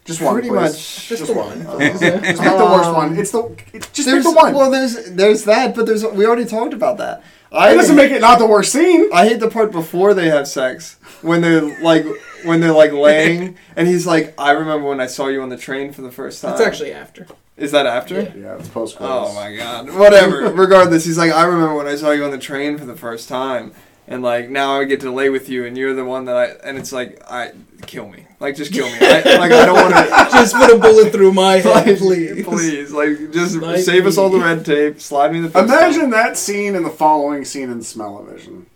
S3: Just one,
S2: pretty
S3: please.
S2: much.
S1: Just,
S3: Just
S1: the
S3: one.
S1: one.
S2: (laughs)
S3: Just pick the worst one. It's the it, just pick
S2: There's
S3: the one.
S2: well, there's there's that, but there's we already talked about that. I
S3: it doesn't make it not the worst scene.
S2: I hate the part before they have sex when they're like
S1: (laughs)
S2: when they're like laying and he's like I remember when I saw you on the train for the first time. (laughs)
S1: It's actually after.
S2: Is that after?
S1: Yeah.
S3: Yeah, it's post
S2: Oh my god. Whatever. (laughs) Regardless, he's like, I remember when I saw you on the train for the first time, and like now I get to lay with you, and you're the one that I. And it's like, I kill me. Like just kill me. I, like I don't want to.
S1: Just put a bullet through
S2: (laughs)
S1: my head, please.
S2: Please, please, like just
S1: Like
S2: save us all the
S1: me.
S2: red tape. Slide me the. (laughs) first time.
S3: Imagine that scene and the following scene in Smell-O-Vision.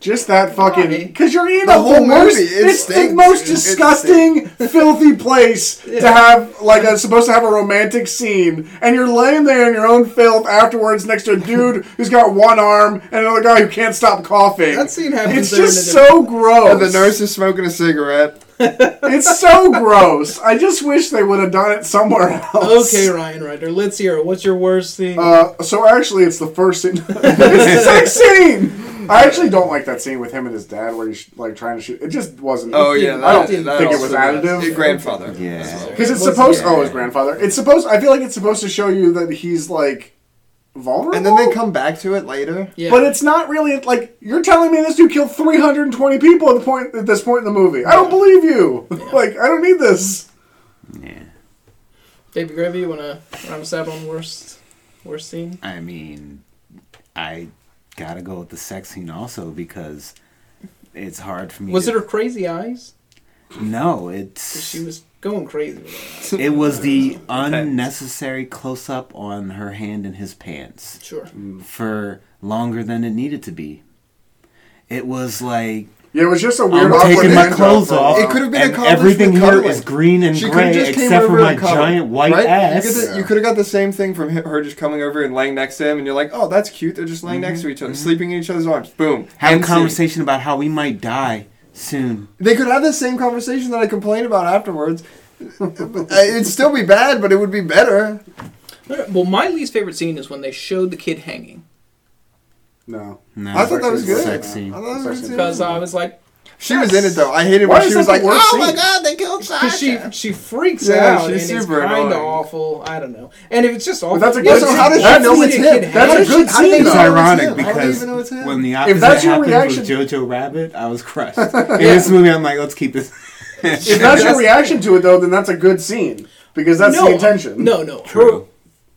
S3: Just that fucking
S1: Why?
S3: because you're in
S2: The
S3: the whole
S2: whole
S3: worst,
S2: movie, it
S3: it's the
S2: stinks,
S3: most
S2: dude. It
S3: disgusting, filthy place to
S1: Yeah.
S3: have like a, supposed to have a romantic scene, and you're laying there in your own filth afterwards next to a dude who's got one arm and another guy who can't stop coughing.
S1: That scene happens
S3: It's
S1: there in
S3: just
S1: a
S3: so
S2: And
S3: gross.
S2: the nurse is smoking a cigarette.
S3: It's so gross. I just wish they would have done it somewhere
S2: (laughs)
S3: else.
S1: (laughs) Okay, Ryan Ryder, let's hear it. What's your worst thing?
S3: Uh, so actually, it's the first scene. (laughs) it's the sex scene. I actually don't like that scene with him and his dad, where he's like trying to shoot. It just wasn't.
S2: Oh yeah, that,
S3: I don't
S1: didn't
S2: that
S3: think it
S2: also-
S3: was additive.
S2: Your grandfather.
S5: Yeah.
S2: That's all.
S3: because it's
S1: It was-
S3: supposed.
S5: yeah.
S3: Oh, his grandfather. It's supposed. I feel like it's supposed to show you that he's like vulnerable.
S2: And then they come back to it later.
S1: yeah.
S3: But it's not really like you're telling me this dude killed 320 people at the point at this point in the movie. I don't believe you. like I don't need this.
S5: Yeah.
S1: Baby Gravy, you wanna round us out on worst worst scene?
S5: I mean, I gotta go with the sex scene also because it's hard for me.
S1: Was
S5: to,
S1: it her crazy eyes?
S5: No, it's
S1: She was going crazy with her eyes.
S5: it was the unnecessary close up on her hand in his pants
S1: Sure.
S5: for longer than it needed to be. It was like
S3: Yeah, it was just a weird.
S5: I'm
S3: awkward
S5: taking my
S3: hand job
S5: clothes
S3: for a
S5: off.
S3: while.
S2: It could have been
S5: Uh, and
S2: accomplished
S5: everything
S2: with
S5: here
S2: cuddling.
S5: is green and
S2: She
S5: gray
S2: could have just came
S5: except for
S2: over
S5: my
S2: and cuddled,
S5: giant white
S2: right?
S5: ass.
S2: You, could have- you could have got the same thing from hi- her just coming over and laying next to him, and you're like, "Oh, that's cute. They're just laying next to each other, sleeping in each other's arms." Boom.
S5: Mm-hmm. Have a
S2: End scene.
S5: conversation about how we might die soon.
S2: They could have the same conversation that I complained about afterwards. (laughs) Uh, It'd still be bad, but it would be better.
S1: Alright, Well, my least favorite scene is when they showed the kid hanging
S3: No.
S5: No.
S2: I thought that was good.
S5: Sexy.
S2: I thought that was good.
S1: because I was like,
S2: She was in it though. I hated
S3: Why
S2: when
S3: is
S2: she was
S3: that
S2: like,
S3: the worst
S2: "Oh my
S3: scene?"
S2: god, they killed
S1: because she
S2: Sasha."
S1: she freaks
S2: Yeah,
S1: out and
S2: she's
S1: it's
S2: super
S1: kind
S2: annoying.
S1: of awful. I don't know. And if it's just awful,
S3: But that's a
S1: (laughs) yeah,
S3: good
S2: so
S3: scene.
S2: how does she
S3: That's
S2: know
S1: easy
S2: it's
S1: to
S2: him?
S1: kid
S3: That's
S2: How
S3: a
S1: hanging.
S2: does she-
S3: good
S2: how do they
S3: scene,
S2: know
S5: It's
S3: though.
S2: it's
S5: ironic
S2: him? How do they
S5: because
S2: even know it's him?
S5: when the opposite
S3: that's your
S5: happened
S3: reaction-
S5: with Jojo Rabbit, I
S2: (laughs)
S5: was crushed. In this movie, I'm like, let's
S1: (laughs)
S5: keep this.
S3: If that's your reaction to it, though, then that's a good scene because that's the intention.
S1: No, no. Her
S5: True.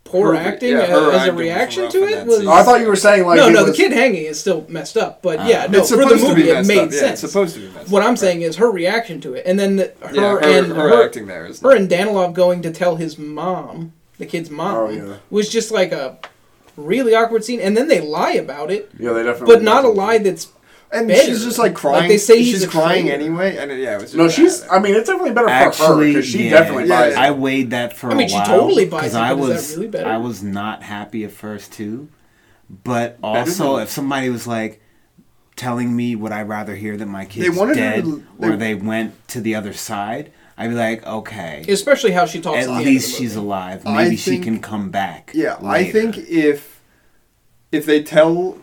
S1: poor
S2: Her-
S1: acting
S2: yeah,
S1: as,
S2: her
S1: as
S2: acting
S1: a
S2: was
S1: reaction
S2: rough
S1: to
S2: in
S1: it
S2: that
S1: was.
S2: scene.
S3: Oh, I thought you were saying like
S1: no,
S3: it
S1: no.
S3: was-
S1: The kid hanging is still messed up, but yeah, no.
S2: it's
S1: For
S2: supposed
S1: the
S2: to be
S1: movie, it
S2: messed
S1: made
S2: up.
S1: sense.
S2: Yeah, it's supposed to be messed
S1: What
S2: up.
S1: I'm saying is her reaction to it, and then the, her,
S2: Yeah, her,
S1: and
S2: her,
S1: her,
S2: acting there is.
S1: her and Danilov going to tell his mom, the kid's mom,
S3: Oh, yeah.
S1: was just like a really awkward scene. And then they lie about it,
S3: Yeah, they
S2: Oh,
S3: definitely.
S1: but not a lie that's
S2: and
S1: better.
S2: she's just like
S1: Like,
S2: crying.
S1: they say he's
S2: she's
S1: a
S2: crying
S1: traitor.
S2: anyway, and it- yeah, it was. Just
S3: No,
S2: bad.
S3: she's. I mean, it's definitely better for her
S5: Actually,
S3: because she
S5: yeah.
S3: definitely
S2: Yeah,
S3: buys
S2: yeah.
S3: it.
S5: I weighed that for
S1: I mean,
S5: a
S1: she
S5: while.
S1: totally buys it,
S5: I
S1: but is that
S5: was,
S1: really better?
S5: I was not happy at first too, but
S2: than-
S5: also if somebody was like telling me would I rather hear that my kid's
S2: wanted her
S5: dead
S2: to-
S5: or
S2: they-
S5: they went to the other side, I'd be like, okay,
S1: especially how
S2: Oh,
S1: she talks.
S5: at
S1: At, the
S5: least
S1: end of
S5: she's
S1: the movie.
S5: alive.
S2: I
S5: Maybe she
S2: think-
S5: can come back.
S2: Yeah, I
S5: later."
S2: think if if they tell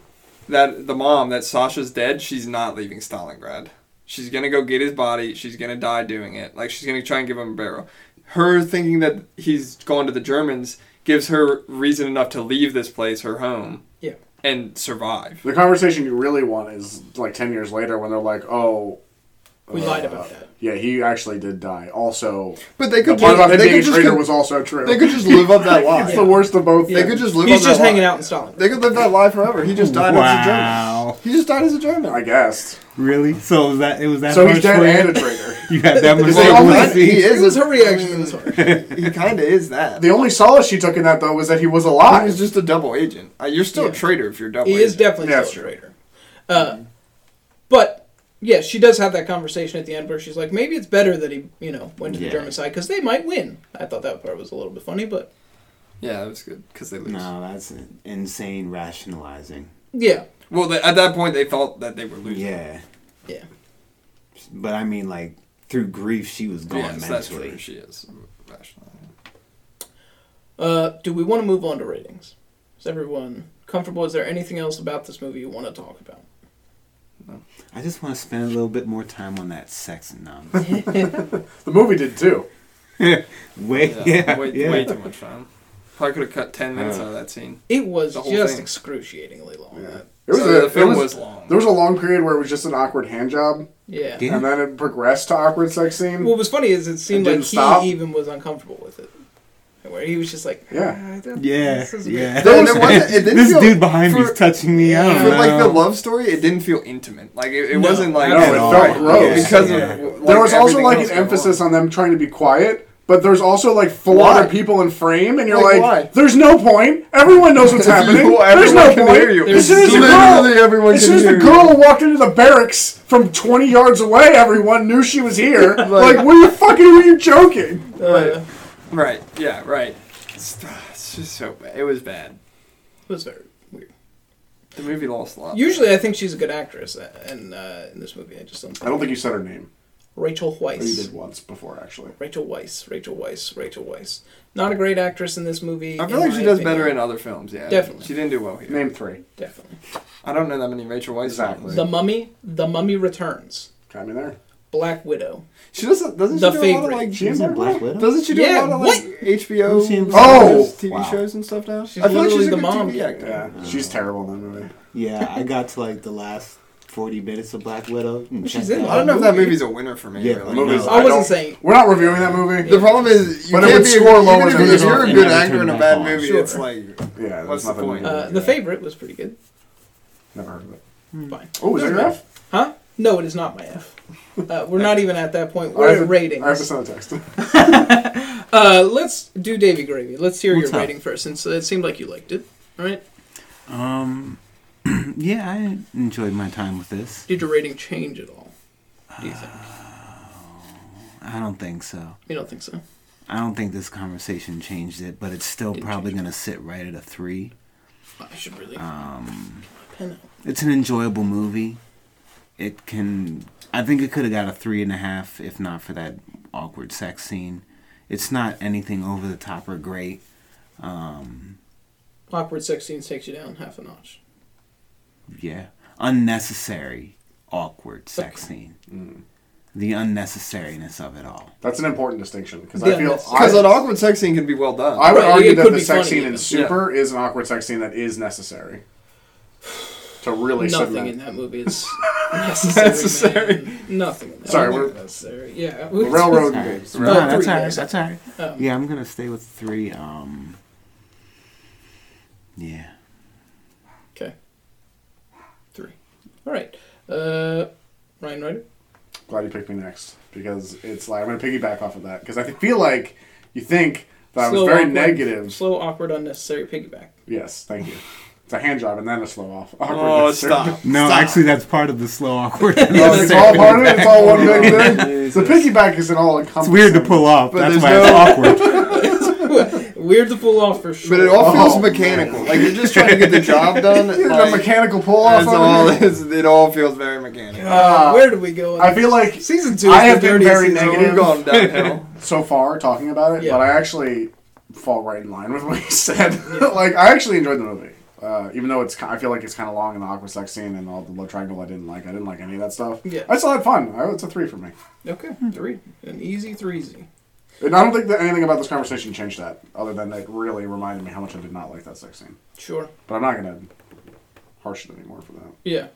S2: that the mom that Sasha's dead, she's not leaving Stalingrad. She's gonna go get his body. She's gonna die doing it. Like she's gonna try and give him a barrel. Her thinking that he's gone to the Germans gives her reason enough to leave this place, her home,
S1: Yeah.
S2: and survive.
S3: The conversation you really want is like ten years later when they're like, "Oh,
S1: We lied about that.
S3: yeah, he actually did die." Also,
S2: But they
S3: the
S2: could
S3: part
S2: just,
S3: about
S2: they
S3: him being a
S2: could just
S3: traitor
S2: con-
S3: was also true.
S2: they could just live up that lie.
S3: (laughs) it's the worst of both.
S1: Yeah.
S2: They could just live.
S1: He's
S2: up
S1: just
S2: that
S1: hanging
S2: lie.
S1: out in Stalingrad.
S2: They could live that lie forever. He just died as a
S5: Wow.
S2: German. He just died as a German.
S3: I guess.
S5: Really? So was that it was that.
S3: So he's
S5: harsh for
S3: dead
S5: you?
S3: and a traitor.
S5: (laughs) You had that much.
S2: Is it
S5: trouble
S2: all
S5: with
S2: that?
S5: me?
S2: He
S1: It
S2: is.
S1: was
S2: a-
S1: her reaction to this one.
S2: He kind of is that.
S3: The only solace she took in that though was that he was alive.
S2: He was just a double agent. Uh, you're still
S1: Yeah.
S2: a traitor if you're a double.
S1: He is
S2: agent.
S1: definitely
S3: Yeah,
S1: still a
S3: that's
S1: traitor. Uh, but yeah, she does have that conversation at the end where she's like, maybe it's better that he, you know, went to
S5: Yeah.
S1: the German side because they might win. I thought that part was a little bit funny, but
S2: Yeah, that was good because they lose.
S5: (laughs) No, that's insane rationalizing.
S1: yeah,
S2: Well, they, at that point, they thought that they were losing.
S5: Yeah,
S1: yeah.
S5: but I mean, like through grief, she was gone
S2: yes, that's true.
S5: mentally.
S2: She is (laughs) rational.
S1: Uh, do we want to move on to ratings? Is everyone comfortable? Is there anything else about this movie you want to talk about?
S5: I just want to spend a little bit more time on that sex and numb.
S2: (laughs)
S3: the movie did too.
S5: Wait, yeah,
S2: Yeah, Uh,
S5: yeah,
S2: way, way too much time. Probably could have cut ten minutes out of that scene.
S1: It was
S2: The whole
S1: just
S2: thing.
S1: excruciatingly long.
S3: Yeah.
S1: Yeah.
S3: It was
S2: So
S3: a,
S2: the film
S3: it
S2: was long.
S3: There was a long period where it was just an awkward hand job,
S5: Yeah.
S3: and then it progressed to awkward sex scene.
S1: What was funny is it seemed
S3: It
S1: like
S3: didn't
S1: he
S3: stop.
S1: even was uncomfortable with it. At where he was just like,
S3: Yeah.
S1: "Ah, I don't-
S5: Yeah,
S1: this is
S5: yeah.
S1: weird."
S2: There was-
S5: (laughs)
S2: it didn't
S5: this
S2: feel-
S5: dude behind me's
S2: for-
S5: touching me. I don't
S2: For, like the
S5: know.
S2: love story, it didn't feel intimate. Like it, it
S1: No,
S2: wasn't like
S1: not
S3: at all. It felt gross.
S2: because
S5: Yeah.
S2: of like,
S3: there was also
S2: everything
S3: like
S2: else
S3: an
S2: going
S3: emphasis on them trying to be quiet, but there's also like four
S2: Why?
S3: other people in frame, and you're
S2: Like,
S3: like,
S2: why?
S3: there's no point. Everyone knows what's happening.
S2: (laughs) You-
S3: there's
S2: everyone
S3: no
S2: can
S3: point.
S2: hear you.
S3: As soon as the
S2: Literally
S3: girl,
S2: everyone
S3: as
S2: can
S3: soon as the
S2: hear
S3: girl walked into the barracks from 20 yards away, everyone knew she
S2: (laughs)
S3: was here. like, what are you fucking? Were you joking?
S1: Uh, it
S2: Right. Yeah. Right. It's, ah, it's just so bad. It was bad.
S1: was very weird.
S2: The movie lost a lot.
S1: Usually, I think she's a good actress, uh, and uh, in this movie, I just don't.
S3: I don't think you said her name.
S1: Rachel
S3: Or you
S1: Weisz.
S3: did once before, actually.
S1: Rachel Weisz. Rachel Weisz. Rachel Weisz. Not a great actress in this movie.
S2: I feel
S1: in
S2: like she
S1: my
S2: does
S1: opinion.
S2: better in other films. Yeah.
S1: Definitely.
S2: She didn't do well here.
S3: Name three.
S1: Definitely.
S2: I don't know that many Rachel Weisz
S3: Exactly.
S2: films.
S1: The Mummy. The Mummy Returns.
S3: Got me there.
S1: Black Widow.
S2: She doesn't. Doesn't
S1: The
S2: she do a lot of
S1: Favorite.
S2: like?
S5: She was in Black Widow?
S2: Doesn't she do
S1: Yeah,
S2: a lot of
S1: what?
S2: like HBO
S5: Who's she in Black
S2: oh,
S5: Widow?
S2: TV
S5: Wow.
S2: shows and stuff now?
S1: She's
S2: I feel like
S1: literally
S2: she's
S1: the
S2: a good
S1: mom.
S2: TV actor.
S3: Yeah,
S2: Oh.
S3: she's terrible in that movie.
S5: Yeah, I got to like the last forty minutes of Black Widow. and
S1: She's
S5: checked
S1: in
S5: out.
S2: I don't know if that
S1: Movie.
S2: movie's a winner for me.
S5: Yeah,
S2: really.
S5: movie.
S3: Movies,
S5: no.
S1: I wasn't
S3: don't-
S1: saying-
S3: We're not reviewing that movie.
S2: The problem is, you
S3: But it
S2: can't be
S3: would score
S2: score
S3: lower
S2: lower
S3: than
S2: if
S3: the
S2: you're a
S5: original.
S2: good
S5: And then
S2: actor in a
S5: turn
S2: bad
S5: back on.
S2: movie.
S1: Sure.
S2: It's like
S3: yeah, that's
S2: What's the
S3: nothing.
S2: point?
S1: Uh, The Favorite was pretty good.
S3: Never heard of it.
S1: Fine.
S3: Oh, is that your F?
S1: Huh? No, it is not my F. Uh, we're not even at that point.
S3: I
S1: We're at
S3: have a- I have
S1: ratings.
S3: to send a text.
S1: Uh, let's do Davy Gravy. Let's hear
S5: What's
S1: your
S5: up?
S1: rating first, since it seemed like you liked it. All right.
S5: Um, (clears throat) yeah, I enjoyed my time with this.
S1: Did your rating change at all? Do you think?
S5: I don't think so.
S1: You don't think so?
S5: I don't think this conversation changed it, but it's still
S1: Didn't
S5: probably
S1: change
S5: going to sit right at a three.
S1: I should really. Um. Pen out.
S5: It's an enjoyable movie. It can. I think it could have got a three and a half if not for that awkward sex scene. It's not anything over the top or great.
S1: Awkward sex scenes takes you down half a notch.
S5: Yeah. Unnecessary, awkward sex scene.
S1: Mm.
S5: The unnecessariness of it all.
S3: That's an important distinction because
S1: Yeah,
S3: I feel
S1: that's-
S2: because
S3: I,
S2: an awkward sex scene can be well done.
S3: I would
S1: Right,
S3: argue
S1: it
S3: that
S1: could
S3: the
S1: be
S3: sex
S1: funny
S3: scene
S1: even.
S3: in Super is an awkward sex scene that is necessary to really
S1: Nothing
S3: cement-
S1: in that movie
S3: (laughs)
S1: is necessary.
S2: Necessary.
S1: man. Nothing. in that
S3: Sorry,
S1: movie
S3: we're-
S1: is necessary. Yeah.
S3: Railroad
S5: All right.
S3: games.
S5: No,
S2: Oh,
S5: that's
S1: three,
S5: all right.
S1: yes.
S5: That's all right.
S1: (laughs) Um,
S5: Yeah, I'm gonna stay with three. Um, yeah,
S1: Okay. Three. All right. Uh, Ryan Ryder.
S3: Glad you picked me next because it's like I'm going to piggyback off of that because I feel like you think that I was very
S1: awkward-
S3: negative.
S1: Slow, awkward, unnecessary piggyback.
S3: Yes, thank you. It's a hand job and then a slow off. Awkward
S2: Oh,
S3: necessary.
S2: stop!
S5: no,
S2: Stop.
S5: actually, that's part of the
S2: (laughs)
S5: slow awkward.
S3: Oh, it's all part of it. It's all one big thing.
S5: (laughs)
S3: The
S2: Jesus.
S3: piggyback is an all
S5: it's
S3: encompassing.
S5: weird to pull off.
S2: But there's
S5: that's why
S2: (laughs)
S5: it's awkward.
S1: Weird to pull off for sure.
S2: But it all feels
S3: Oh,
S2: mechanical. Like you're just trying to get the (laughs) job done.
S3: You did (laughs) a
S2: like,
S3: mechanical pull off
S2: that's all.
S3: on it.
S2: It's, it all feels very mechanical.
S1: Uh, where do we go?
S3: I feel like
S1: season two. Is
S3: I have
S1: the
S3: been
S1: dirtiest
S3: very
S1: season.
S3: negative.
S2: We've gone downhill.
S3: so far talking about it,
S1: Yeah.
S3: but I actually fall right in line with what he said. (laughs) like I actually enjoyed the movie, uh, even though it's ki- I feel like it's kind of long and the awkward sex scene and all the love triangle. I didn't like. I didn't like any of that stuff.
S1: Yeah.
S3: I still had fun. I, it's a three for me,
S1: Okay, three. An easy threesy.
S3: and I don't think that anything about this conversation changed that, other than it really reminded me how much I did not like that sex scene.
S1: Sure.
S3: But I'm not gonna harsh it anymore for that.
S1: Yeah.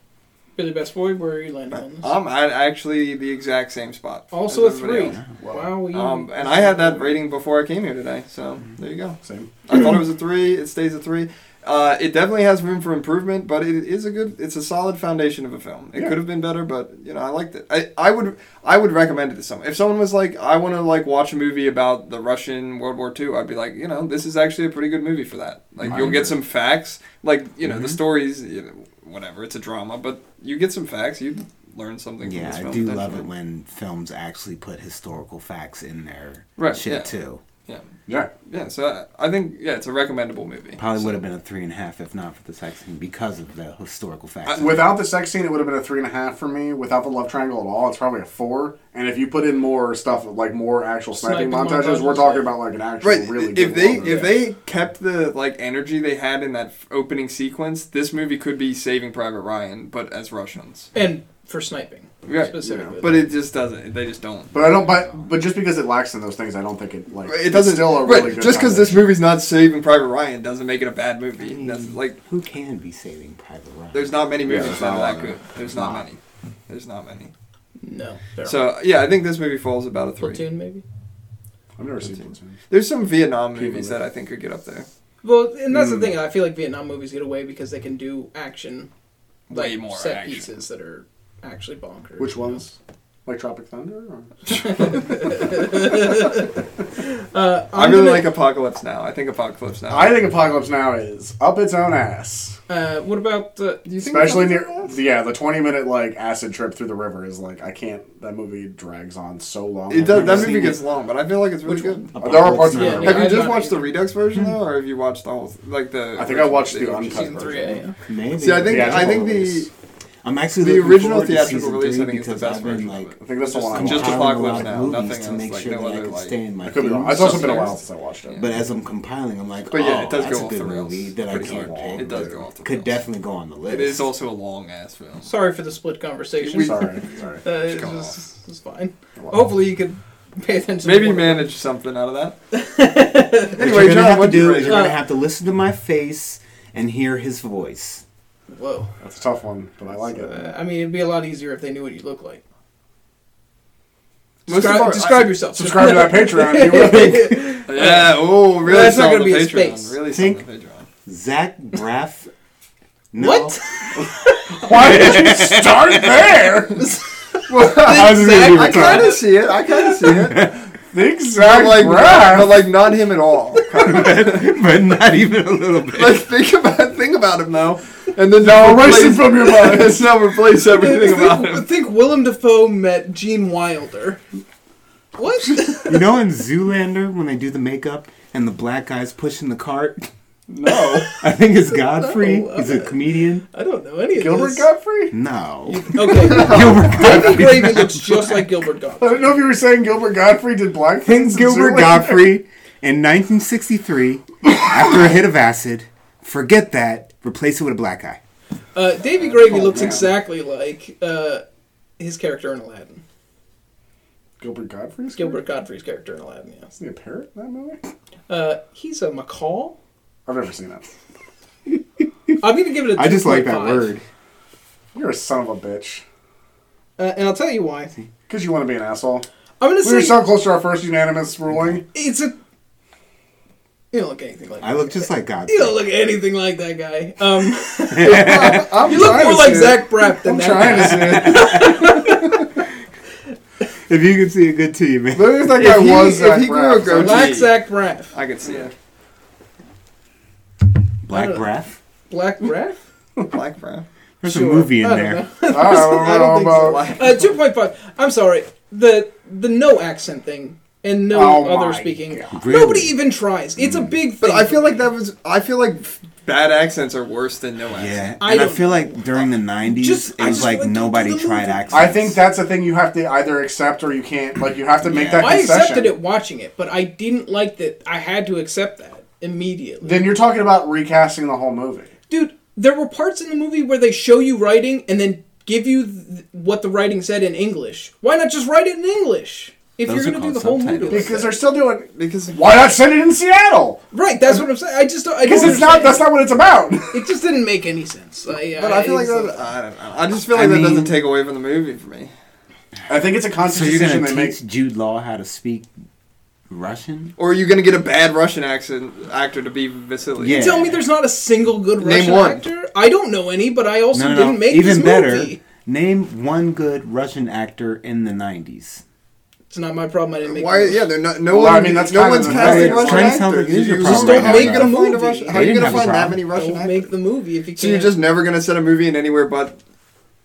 S1: Billy Best Boy, where are you landing on this?
S2: I'm Um, at actually the exact same spot. as
S1: also a
S2: Uh, everybody
S1: three.
S2: else.
S1: Wow. we-
S2: Um, and I had that rating before I came here today, so there you go.
S3: Same.
S2: I thought it was a three. It stays a three. Uh, it definitely has room for improvement, but it is a good. It's a solid foundation of a film. It
S3: Yeah.
S2: could have been better, but you know, I liked it. I, I would I would recommend it to someone. If someone was like, I want to like watch a movie about the Russian World War II, I'd be like, you know, this is actually a pretty good movie for that. Like,
S3: I
S2: you'll
S3: agree.
S2: get some facts. Like, you know,
S5: Mm-hmm.
S2: the stories, you know, whatever. It's a drama, but you get some facts. You learn something. from
S5: yeah,
S2: this
S5: I
S2: film,
S5: do love
S2: definitely.
S5: it when films actually put historical facts in their
S2: Right,
S5: shit
S2: yeah.
S5: too.
S2: Yeah.
S3: Yeah.
S2: Yeah, so I I think yeah, it's a recommendable movie.
S5: Probably
S2: So-
S5: would have been a three and a half if not for the sex scene because of the historical facts.
S2: Uh,
S5: in it.
S3: Without the sex scene, it would have been a three and a half for me. Without the love triangle at all, it's probably a four. And if you put in more stuff, like more actual sniping,
S1: Sniping
S3: montages,
S1: montages,
S3: we're talking
S1: yeah.
S3: about like an actual
S2: Right.
S3: really.
S2: if
S3: good
S2: they
S3: one.
S2: if they kept the like energy they had in that f- opening sequence, this movie could be Saving Private Ryan, but as Russians.
S1: And for sniping.
S2: Right,
S1: Specifically.
S2: But it just doesn't. They just don't.
S3: but I don't. But but just because it lacks in those things, I don't think it like
S2: It doesn't.
S3: It's still a
S2: right,
S3: really good
S2: just because this
S3: foundation.
S2: movie's not Saving Private Ryan doesn't make it a bad
S3: Mm.
S2: movie. That's like
S5: Who can be saving Private Ryan?
S2: there's not many movies
S3: there's
S2: that
S3: not a
S2: are that
S3: lot of
S2: good.
S3: them.
S2: There's not
S3: Not.
S2: many. There's not many.
S1: no. There are.
S2: So yeah, I think this movie falls about a three.
S1: Platoon maybe.
S3: I've never seen Platoon.
S2: There's some Vietnam movies that I think could get up there.
S1: Well, and that's
S3: Hmm.
S1: the thing. I feel like Vietnam movies get away because they can do action, like
S2: Way more
S1: set
S2: action.
S1: pieces that are actually bonkers.
S3: Which
S1: you know?
S3: ones? Like Tropic Thunder? Or?
S1: Uh,
S2: i
S1: I'm
S2: really
S1: gonna-
S2: like Apocalypse Now. I think Apocalypse Now.
S3: I think Apocalypse Now is up its own ass.
S1: Uh, what about uh,
S2: Do you think
S3: Especially near,
S2: Apocalypse Now?
S3: yeah, the twenty-minute like acid trip through the river is like I can't. That movie drags on so long.
S2: It does, that
S3: I've never
S2: movie
S3: seen
S2: gets long, but I feel like it's really
S1: Which
S2: good.
S3: it. There are parts of
S1: Yeah,
S3: it.
S1: yeah.
S2: Have you
S1: I've
S2: just
S1: not
S2: watched the
S1: either.
S2: Redux version though, or have you watched the whole like the?
S3: I think I watched the
S2: original
S3: uncut
S1: season three?
S3: version.
S1: A?
S5: Maybe.
S2: See, I think
S3: Yeah,
S2: I think the
S5: I'm actually
S2: the
S5: looking
S2: original
S5: forward to
S2: theatrical
S5: season
S2: release, I
S5: three
S2: think, is the
S5: because
S2: best
S5: I've been,
S2: version of
S5: like,
S2: it.
S3: I think that's the
S2: Just-
S3: one I
S2: just
S3: watched.
S5: compiling
S2: Apocalypse
S5: a lot of
S2: Now,
S5: movies
S2: nothing
S5: to
S2: else,
S5: make
S2: like,
S5: sure
S2: no
S5: that I
S2: other,
S5: could
S2: like-
S5: stay in my
S3: I could be wrong.
S5: themes.
S3: It's also been a
S2: Upstairs.
S3: while since I watched it.
S5: But as I'm compiling, I'm like,
S2: But yeah,
S5: oh,
S2: it does
S5: that's
S2: go
S5: a
S2: off
S5: good
S2: the rails.
S5: movie that I
S2: Pretty
S5: can't
S2: hard.
S5: pick.
S2: It does go off the
S5: Could
S2: rails.
S5: definitely go on the list.
S2: It is also a long ass
S5: (laughs)
S2: film.
S1: Sorry for the split conversation.
S3: sorry, (laughs) sorry.
S1: uh, it's,
S2: Come
S1: just- it's fine.
S3: Wow.
S1: Hopefully, you could pay attention. to
S2: Maybe
S1: what-
S2: manage something out of
S1: (laughs)
S2: that.
S5: What
S2: anyway,
S5: you're gonna
S2: John,
S5: have
S2: what
S5: to do
S2: do you
S5: is you're
S2: rate?
S5: gonna have to listen to my face and hear his voice.
S1: Whoa.
S3: That's a tough one, but I like it.
S1: Uh, I mean, it'd be a lot easier if they knew what you look like.
S2: Most of
S1: Describe,
S2: our-
S1: describe yourself. (laughs)
S3: Subscribe to that Patreon. You will think.
S2: Yeah. Oh, really?
S1: That's not
S2: solid
S1: gonna be a
S2: Patreon.
S1: space.
S2: Really
S5: Think- (laughs)
S2: solid Patreon.
S5: Zach Braff. No. (laughs)
S1: What?
S3: Why did you start there? I was
S1: Zach-
S3: gonna
S2: (laughs) I
S3: do retarded.
S2: kind of see it. I kind of see
S5: (laughs)
S2: it.
S3: Think
S2: But
S3: Zach
S2: like,
S3: Braff.
S2: but like, not him at
S5: (laughs)
S2: all.
S5: but not even a little
S2: (laughs)
S5: bit.
S2: like, think about think about him though, and then
S3: No, erase him
S2: replace,
S3: from
S2: (laughs)
S3: your mind.
S2: now replace
S3: (laughs)
S2: everything about
S1: (laughs) think,
S2: him.
S1: think Willem Dafoe met Gene Wilder. What?
S3: (laughs)
S5: You know in Zoolander when they do the makeup and the black guy's pushing the cart? (laughs)
S2: No.
S5: I think
S2: (laughs)
S5: it's Godfrey.
S1: No,
S5: He's a comedian.
S1: I don't know any of
S3: Gilbert
S1: this.
S3: Godfrey?
S5: No.
S1: Okay,
S5: (laughs) Gilbert
S1: David
S5: Godfrey.
S1: Gravy looks just like Gilbert
S3: I
S1: Godfrey.
S3: don't know if you were saying Gilbert Godfrey did blackface.
S5: Think
S3: in
S5: Gilbert
S3: Zoolander.
S5: Godfrey in 1963 after a hit of acid. Forget that. Replace it with a black guy.
S1: Uh, Davy
S5: Oh,
S1: Gravy looks
S3: man.
S1: exactly like uh, his character in Aladdin.
S3: Gilbert Godfrey's
S1: Gilbert Godfrey's character in Aladdin, yes.
S3: Is he a parrot in that movie?
S1: Uh, he's a macaw.
S3: I've never seen that.
S1: I'm going to give it a
S5: I just like that
S1: 2.5.
S5: word.
S3: You're a son of a bitch.
S1: Uh, and I'll tell you why.
S3: Because you want to be an asshole.
S1: I'm going to
S3: We were
S1: say
S3: so close to our first unanimous ruling.
S1: it's a. You don't look anything like
S5: I
S1: that.
S5: look just like Godfrey.
S1: You don't look anything like that guy.
S5: (laughs)
S1: Um,
S3: I'm
S1: you look (laughs)
S3: trying
S1: more
S3: to
S1: like
S3: say it.
S1: Zach Braff than
S3: I'm
S1: that
S3: trying
S1: guy.
S3: to say it.
S5: If you can see a good team, man.
S3: Maybe if that guy
S2: If he-
S3: was
S2: if
S3: Zach
S2: he grew a
S3: Braff.
S2: goatee-
S1: (laughs) Black Zach Braff.
S2: I could see it.
S5: Black
S1: I don't-
S5: Breath.
S1: Black Braff?
S2: Black Brown.
S5: There's
S1: Sure.
S5: a movie in
S1: I don't
S5: there.
S1: know.
S3: I don't
S1: I
S3: know
S1: don't think so.
S3: about-
S1: Uh, two point five. I'm sorry. The the no accent thing and no
S3: Oh
S1: other
S3: my
S1: speaking.
S3: God. Mm.
S5: Really?
S1: Nobody even tries. It's a big thing.
S2: But I feel like that was. I feel like bad accents are worse than no accent.
S5: (laughs) Yeah,
S1: I
S5: and I,
S1: don't-
S5: feel like during the '90s,
S1: Just-
S5: it
S1: I
S5: was
S1: just
S5: like
S1: went to
S5: nobody
S1: the
S5: tried
S1: movie.
S5: accents.
S3: I think that's a thing you have to either accept or you can't. Like, you have to make
S5: Yeah.
S3: that
S1: I
S3: concession.
S1: accepted it watching it, but I didn't like that. I had to accept that immediately.
S3: Then you're talking about recasting the whole movie.
S1: Dude, there were parts in the movie where they show you writing and then give you th- what the writing said in English. Why not just write it in English? If
S5: Those
S1: you're
S5: are
S1: going to do
S5: called
S1: the whole movie,
S5: subtitles.
S1: like
S3: Because
S1: that.
S3: they're still doing.
S2: Because
S3: Why not send it in Seattle?
S1: right, that's what I'm saying. I just don't. I don't
S3: Because it's not. That's not what it's about.
S1: It just didn't make any sense. I,
S2: But I feel like that. I don't know. I just feel like
S5: I
S2: that doesn't
S5: mean-
S2: take away from the movie for me.
S3: I think it's a conscious
S5: so. You're
S3: decision
S5: gonna
S3: they
S5: teach
S3: make.
S5: Jude Law how to speak Russian?
S2: Or are you gonna get a bad Russian accent actor to be Vasily?
S5: Yeah.
S1: Tell me there's not a single good
S2: Name
S1: Russian
S2: one.
S1: actor? I don't know any, but I also
S5: No, no, no.
S1: didn't make
S5: Even
S1: this
S5: better,
S1: movie.
S5: name one good Russian actor in the '90s.
S1: It's not my problem. I didn't make
S2: Why?
S1: the movie.
S2: Yeah, they're not. No
S3: Well,
S2: one.
S3: I mean, that's
S2: no
S3: kind
S2: one's
S3: of the-
S2: casting
S3: Right,
S2: Russian
S5: trying to
S2: actors.
S5: sound like it is
S2: you
S5: your
S2: just
S5: problem.
S2: don't
S5: Don't
S2: make
S5: make
S2: gonna
S1: the
S2: find a
S1: movie.
S2: Russian.
S1: They
S2: How are you
S5: didn't
S2: gonna
S5: have a
S2: find that
S5: problem.
S2: many Russian
S1: Don't
S2: actors?
S1: make the movie if you can't.
S2: So you're just never gonna set a movie in anywhere but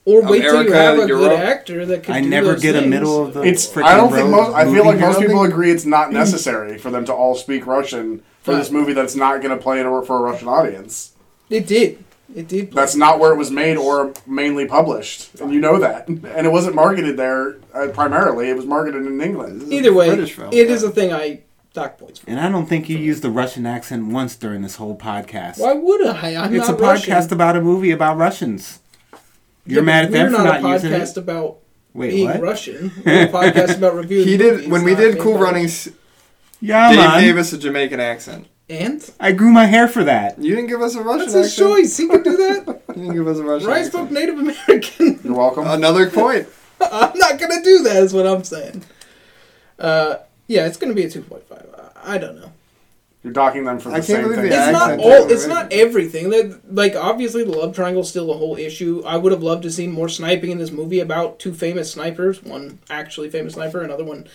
S1: or wait till you
S2: America,
S1: have a
S2: Europe.
S1: good actor that can.
S5: I
S1: do
S5: never
S1: those
S5: get a
S1: things.
S5: middle of the.
S3: It's.
S5: freaking
S3: I don't think
S5: road
S3: most. I feel
S5: movie.
S3: like most
S2: I don't
S3: people
S2: think-
S3: agree it's not necessary for them to all speak Russian for this
S1: Right.
S3: movie that's not going to play in a, for a Russian audience.
S1: It did. It did.
S3: That's not where it was made or mainly published, and you know that. And it wasn't marketed there uh, primarily. It was marketed in England.
S1: Either way, it
S2: British
S1: is
S2: film,
S1: a thing I dock points for.
S5: And I don't think you used the Russian accent once during this whole podcast.
S1: Why would I? I'm
S5: It's a
S1: not
S5: podcast
S1: Russian.
S5: about a movie about Russians.
S1: Yeah,
S5: You're
S1: but
S5: mad at them
S1: we're
S5: for not,
S1: a
S5: using
S1: podcast
S5: it.
S1: about
S5: Wait,
S1: being
S5: what?
S1: Russian. We're a podcast
S5: (laughs)
S1: about reviewing.
S2: he did
S1: movies,
S2: when we
S1: not
S2: did
S1: being
S2: Cool
S1: Russian.
S2: Runnings.
S5: Yeah,
S2: Dave
S5: man.
S2: gave us a Jamaican accent.
S1: And
S5: I grew my hair for that.
S2: You didn't give us a Russian
S1: that's his
S2: accent.
S1: choice. He could do
S2: (laughs)
S1: that.
S2: You didn't give us a Russian
S1: Ryan
S2: accent.
S1: spoke Native American.
S3: You're welcome.
S2: Another point.
S1: I'm not gonna do that. Is what I'm saying. Uh, Yeah, it's gonna be a two point five. I don't know.
S3: You're docking them for the
S2: I can't
S3: same
S2: believe
S3: thing.
S2: the
S1: it's not
S2: accent
S1: all.
S2: doesn't
S1: It's
S2: really-
S1: not everything. That like obviously the love triangle's still a whole issue. I would have loved to seen more sniping in this movie about two famous snipers. One actually famous sniper, another one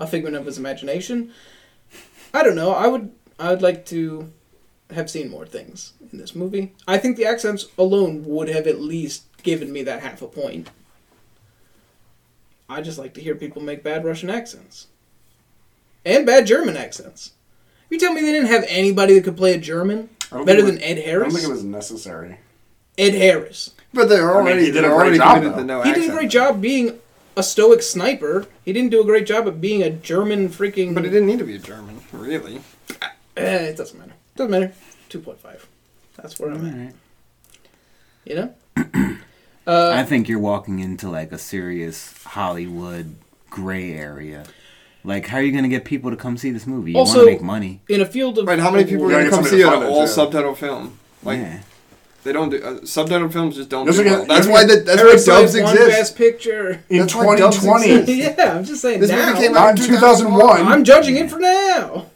S1: a figment of his imagination. I don't know. I would. I would like to have seen more things in this movie. I think the accents alone would have at least given me that half a point. I just like to hear people make bad Russian accents and bad German accents. You tell me they didn't have anybody that could play a German
S3: I don't
S1: better
S3: think it
S1: than Ed
S3: was- I don't
S1: Harris?
S3: think it was necessary.
S1: Ed Harris.
S2: But they're
S3: I mean,
S2: already
S3: he did a
S2: they're
S3: great
S2: already
S3: job,
S2: committed
S3: though.
S2: to no
S1: he did a
S2: accent.
S1: great job being a stoic sniper. He didn't do a great job at being a German freaking.
S2: But it didn't need to be a German, really.
S1: Eh, it doesn't matter. Doesn't matter. Two point five. That's where I'm at. You know.
S5: I think you're walking into like a serious Hollywood gray area. Like, how are you going to get people to come see this movie? You want
S1: Also-
S5: to make money.
S1: In a field of
S2: Right? How many people are
S3: Yeah,
S2: going
S3: I
S2: to
S3: guess
S2: come see
S3: somebody
S2: an
S3: to find it,
S2: all
S3: too.
S2: subtitle film? Like
S5: yeah.
S2: they don't do uh, subtitle films. Just don't.
S3: Those
S2: Do
S3: are gonna-
S2: well. That's
S3: they're
S2: why
S3: gonna-
S2: the, that's why
S1: Parasite
S2: dubs
S1: won
S2: exist.
S1: Best picture.
S3: In
S2: That's why dubs
S1: (laughs)
S3: 2020,
S1: yeah, I'm just saying.
S2: This
S1: now.
S2: movie came
S3: not
S2: out
S3: in
S2: in
S3: 2001.
S2: 2001.
S1: I'm judging it for now.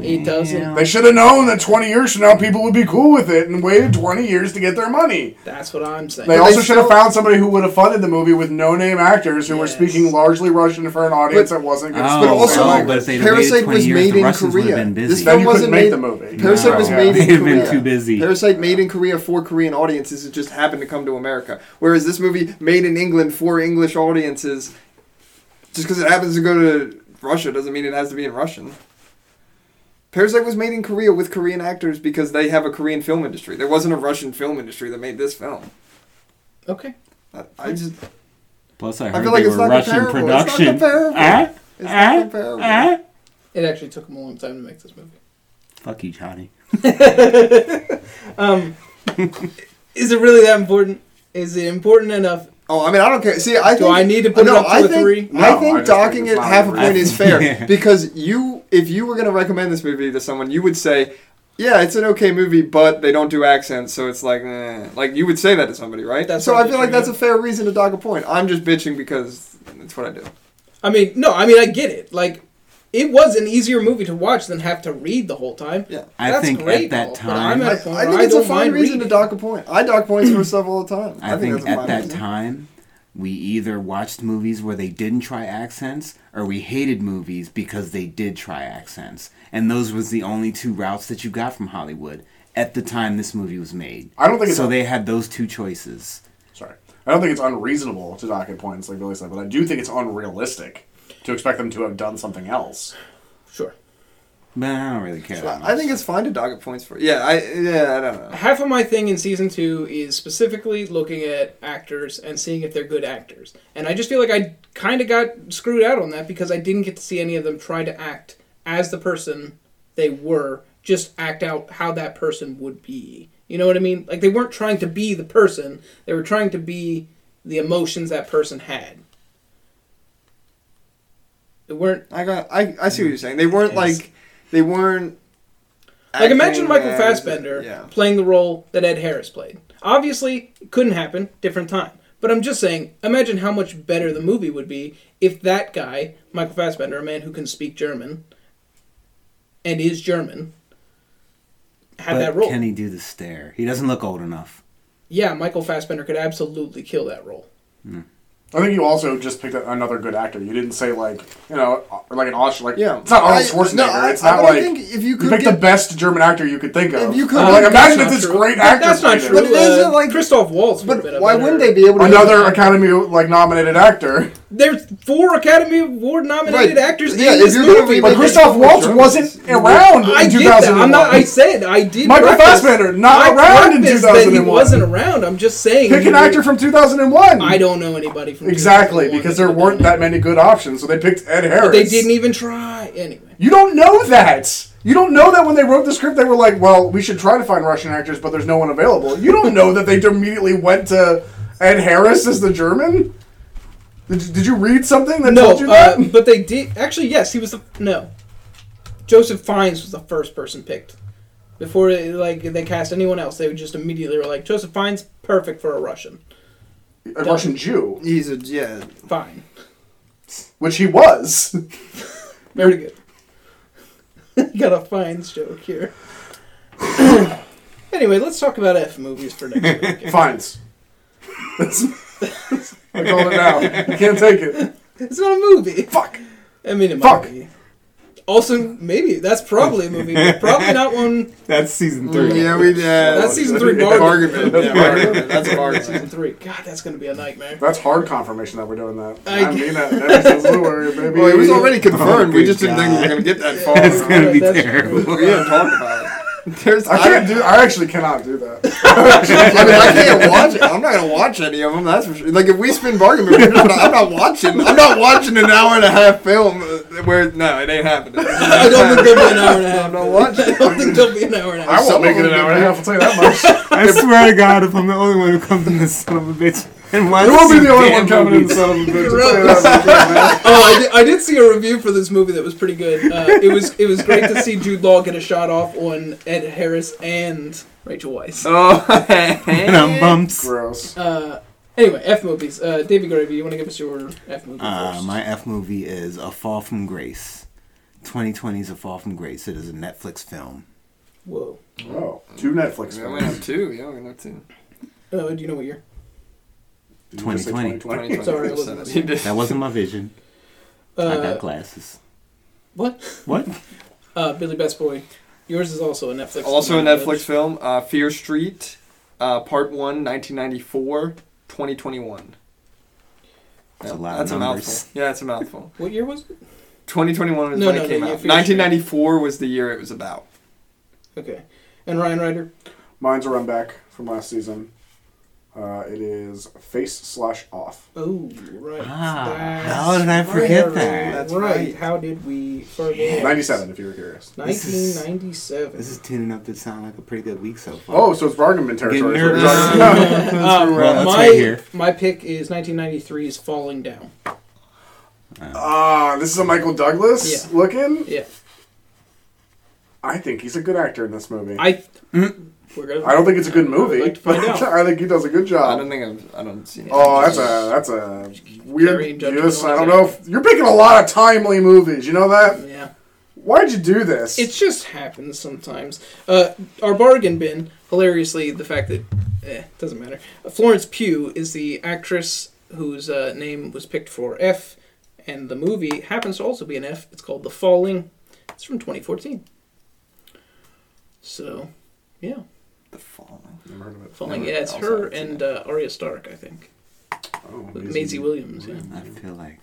S1: It doesn't.
S5: Yeah.
S3: they should have known that 20 years from now people would be cool with it and waited 20 years to get their money.
S1: That's what I'm saying.
S3: They
S2: But
S3: also
S2: they
S3: should have
S2: still-
S3: found somebody who would have funded the movie with no-name actors who were
S1: Yes.
S3: speaking largely Russian for an audience that wasn't going to
S5: Oh,
S3: speak
S2: But also,
S5: oh,
S3: their
S2: like,
S5: but
S3: language.
S5: if they'd have waited
S2: Parasite
S5: 20
S2: was
S5: years,
S2: made
S5: the
S2: in
S5: Russians would have
S2: Korea.
S5: been
S2: This
S5: busy.
S3: Then
S2: film
S3: you
S2: wasn't
S3: couldn't make
S2: made.
S3: the movie.
S2: Parasite
S5: No.
S2: was
S5: Yeah.
S2: made in
S5: (laughs) They've
S2: Korea.
S5: been too busy.
S2: Parasite made in Korea for Korean audiences. It just happened to come to America. Whereas this movie made in England for English audiences. Just because it happens to go to Russia doesn't mean it has to be in Russian. Parasite was made in Korea with Korean actors because they have a Korean film industry. There wasn't a Russian film industry that made this film.
S1: okay.
S2: I, I just
S5: Plus, I heard
S2: feel like
S5: they
S2: it's not
S5: were Russian
S2: comparable. It's not
S5: production.
S2: comparable.
S5: Ah?
S2: It's not
S5: Ah?
S2: comparable.
S5: Ah?
S1: It actually took them a long time to make this movie.
S5: Fuck you, Johnny.
S1: Is it really that important? Is it important enough?
S2: Oh, I mean, I don't care. See, I
S1: Do
S2: think,
S1: I need to put
S2: no,
S1: it up to
S2: I
S1: a
S2: think,
S1: three?
S3: No,
S2: I
S3: I
S2: think
S3: just
S2: docking
S3: think it's
S2: it
S3: not
S2: half a
S3: really
S2: point
S1: (laughs)
S2: is
S5: relevant.
S2: fair because you, if you were going to recommend this movie to someone, you would say, "Yeah, it's an okay movie, but they don't do accents, so it's like, eh. like you would say that to somebody, right?"
S1: That's
S2: so
S1: what
S2: I
S1: I'm
S2: feel like
S1: bitching,
S2: that's
S1: yeah.
S2: a fair reason to dock a point. I'm just bitching because that's what I do.
S1: I mean, no. I mean, I get it. Like, it was an easier movie to watch than have to read the whole time.
S2: Yeah.
S5: I
S1: That's
S5: think
S1: great,
S5: at that
S1: though, but I'm
S5: time,
S1: at
S2: I,
S1: a
S2: I
S1: point
S2: think
S1: where I
S2: it's a
S1: don't
S2: fine
S1: mind
S2: reason
S1: reading.
S2: to dock a point. I dock points for stuff all the time.
S5: I think
S2: that's a
S5: at
S2: fine
S5: that
S2: reason.
S5: time, we either watched movies where they didn't try accents, or we hated movies because they did try accents, and those was the only two routes that you got from Hollywood at the time this movie was made.
S3: I don't think it's
S5: so.
S3: a-
S5: They had those two choices.
S3: Sorry. I don't think it's unreasonable to dock at points, like Billy said, but I do think it's unrealistic to expect them to have done something else.
S1: Sure.
S5: But I don't really care that much.
S2: I think it's fine to dock a points for. Yeah, I yeah, I don't know.
S1: Half of my thing in season two is specifically looking at actors and seeing if they're good actors. And I just feel like I kind of got screwed out on that because I didn't get to see any of them try to act as the person they were, just act out how that person would be. You know what I mean? Like they weren't trying to be the person, they were trying to be the emotions that person had. They weren't
S2: I got. I, I see what you're saying. They weren't like. They weren't.
S1: Like imagine
S2: acting
S1: Michael
S2: as-
S1: Fassbender
S2: Yeah.
S1: playing the role that Ed Harris played. Obviously, it couldn't happen, different time. But I'm just saying, imagine how much better the movie would be if that guy, Michael Fassbender, a man who can speak German and is German, had
S5: but
S1: that role.
S5: can he do the stare? He doesn't look old enough.
S1: Yeah, Michael Fassbender could absolutely kill that role.
S3: I think you also just picked a- another good actor. You didn't say like you know or like an Oscar. Like
S2: Yeah.
S3: it's not Arnold
S2: I-
S3: Schwarzenegger.
S2: no, I-
S3: it's
S2: I
S3: not
S2: don't
S3: like
S2: think if you
S3: you
S2: could
S3: picked the
S2: get-
S3: best German actor you could think of.
S2: If you could-
S3: Well, like
S2: That's
S3: imagine
S1: not
S3: if this
S1: true.
S3: great
S1: But
S3: actor.
S1: That's not
S3: played it.
S1: true.
S2: But isn't
S1: Uh,
S2: like-
S1: Christoph Waltz would have been
S2: But
S1: a
S2: why
S1: better-
S2: wouldn't they be able to?
S3: Another Academy like nominated actor,
S1: There's four Academy Award nominated
S2: Right.
S1: actors
S2: Yeah,
S1: in
S2: if
S1: this
S2: you're
S1: movie.
S2: gonna remake
S3: but
S2: They
S3: Christoph
S2: did more
S3: Waltz
S2: Germans.
S3: wasn't around
S1: I
S3: in
S1: get
S3: 2001.
S1: that. I'm not. I said I did.
S3: Michael
S1: preface-
S3: Fassbender, not
S1: I
S3: around in
S1: prefaced that He
S3: 2001.
S1: wasn't around. I'm just saying.
S3: Pick an actor from 2001.
S1: I don't know anybody from
S3: exactly
S1: 2001
S3: because
S1: that
S3: there
S1: would've
S3: weren't
S1: done
S3: that many good options, so they picked Ed Harris.
S1: it. They didn't even try anyway.
S3: You don't know that. You don't know that when they wrote the script, they were like, "Well, we should try to find Russian actors, but there's no one available." You don't know that they (laughs) immediately went to Ed Harris as the German. Did you, did you read something that
S1: No,
S3: told you that?
S1: uh, but they did. Actually, yes, he was the no. Joseph Fiennes was the first person picked. Before they, like they cast anyone else, they would just immediately were like Joseph Fiennes, perfect for a Russian.
S3: a Russian Jew,
S2: He's a yeah.
S1: Fine.
S3: which he was. (laughs)
S1: Very good. (laughs) Got a fines joke here. (coughs) anyway, let's talk about F movies for next week.
S3: (laughs) Fines. I call it now. You can't take it.
S1: It's not a movie.
S3: Fuck.
S1: I mean, it
S3: Fuck.
S1: might be. Also, maybe that's probably a movie, but probably not
S5: (laughs)
S1: one.
S5: That's season
S2: Mm,
S5: three.
S2: yeah,
S5: (laughs)
S2: we did.
S1: That's season three bargain.
S2: Bargain bin. Yeah, bargain bin. That's bargain.
S1: Season three. God, that's gonna be a nightmare.
S3: That's hard confirmation that we're doing that.
S1: I-
S3: I, mean that. That makes us worry, baby.
S2: (laughs) (laughs) Well, it was already confirmed. we
S5: good
S2: just didn't think we
S5: God.
S2: were gonna get that
S5: That's
S2: far.
S5: gonna be
S1: That's
S5: terrible.
S1: true.
S2: we didn't talk about it. There's,
S3: I
S2: I,
S3: can't do. I actually cannot do that.
S2: I mean, I can't watch it. I'm not gonna watch any of them. That's for sure. Like if we spin bargain, bin, we're just not, I'm not watching. I'm not watching an hour and a half film uh, where no, it ain't happening.
S1: (laughs) I don't think there'll be an hour and a half.
S2: I'm not watching.
S1: (laughs) I don't think there'll be an hour and a
S3: I
S5: (laughs)
S1: half.
S3: won't make it an hour and a half. I'll tell you that much.
S5: I swear to God, if I'm the only one who comes in this son of a bitch, and why
S3: You won't be the only
S5: damn
S3: one coming in the
S5: movies- (laughs)
S3: son of a
S1: (laughs)
S3: bitch.
S1: You're
S3: I'll tell you that much.
S1: Oh, I did, I did see a review for this movie that was pretty good. Uh, it was it was great to see Jude Law get a shot off on Ed Harris and Rachel Weisz.
S2: Oh,
S5: And I'm bumps.
S3: Gross.
S1: Uh, anyway, F movies. Uh, David Gravy, you want to give us your F movie
S5: Uh,
S1: first?
S5: my F movie is A Fall from Grace. 2020's A Fall from Grace. It is a Netflix film.
S1: Whoa.
S3: Oh, two Netflix
S2: we only
S3: films.
S2: have two. Yeah, we only have two.
S1: Oh, do you know what year?
S3: Did you just say
S5: 2020.
S3: 2020?
S1: Sorry, I wasn't
S2: He did. (laughs)
S5: That wasn't my vision. I got
S1: Uh,
S5: glasses.
S1: what?
S5: What?
S1: Uh, Billy Best Boy. Yours is also a Netflix.
S2: Also a
S1: film.
S2: Netflix film, uh, Fear Street, uh, Part 1, 1994, 2021.
S5: That's a lot of
S2: That's a
S5: numbers.
S2: mouthful. Yeah, it's a mouthful.
S1: What year was it?
S2: 2021 is
S1: No,
S2: when
S1: no,
S2: it came
S1: no, yeah,
S2: out.
S1: Fear
S2: 1994 was the year it was about.
S1: Okay. And Ryan Ryder.
S3: (laughs) Mine's a run back from last season. Uh, it is face slash off.
S1: Oh, right.
S5: Ah,
S1: That's
S5: how did I forget
S1: right.
S5: that?
S2: That's
S1: right.
S2: right.
S1: How did we forget?
S3: Ninety-seven, if you were curious.
S5: This is-
S1: 1997.
S5: This is tuning up to sound like a pretty good week so far.
S3: Oh, so it's bargain bin territory.
S5: Getting
S3: is what
S5: nervous.
S3: you're talking about. (laughs)
S1: Uh,
S5: Well, that's
S1: my,
S5: right here.
S1: my pick is 1993's Falling Down.
S3: Ah, this is a Michael Douglas
S1: Yeah.
S3: looking.
S1: Yeah.
S3: I think he's a good actor in this
S5: Mm.
S3: movie. I,
S1: I. We're gonna,
S3: don't think it's a good movie,
S1: like to
S3: (laughs)
S1: find out.
S3: but I think he does a good
S2: I don't
S3: job.
S2: think I've, I don't see it.
S3: Oh, that's a that's a
S1: Very
S3: weird.
S1: judgmental
S3: Yes, I don't know. If, you're picking a lot of timely movies. You know that?
S1: Yeah.
S3: Why'd you do this?
S1: It just happens sometimes. Uh, our bargain bin, hilariously, the fact that eh, doesn't matter. Florence Pugh is the actress whose uh, name was picked for F, and the movie happens to also be an F. It's called The Falling. It's from 2014. So, yeah,
S2: The fall.
S3: Never heard of it.
S1: Falling.
S2: Never
S1: yeah, it's
S2: also
S1: her
S2: haven't seen
S1: and uh, Arya Stark, I think,
S3: Oh, Mm.
S1: with Maisie Williams. Yeah.
S5: I feel like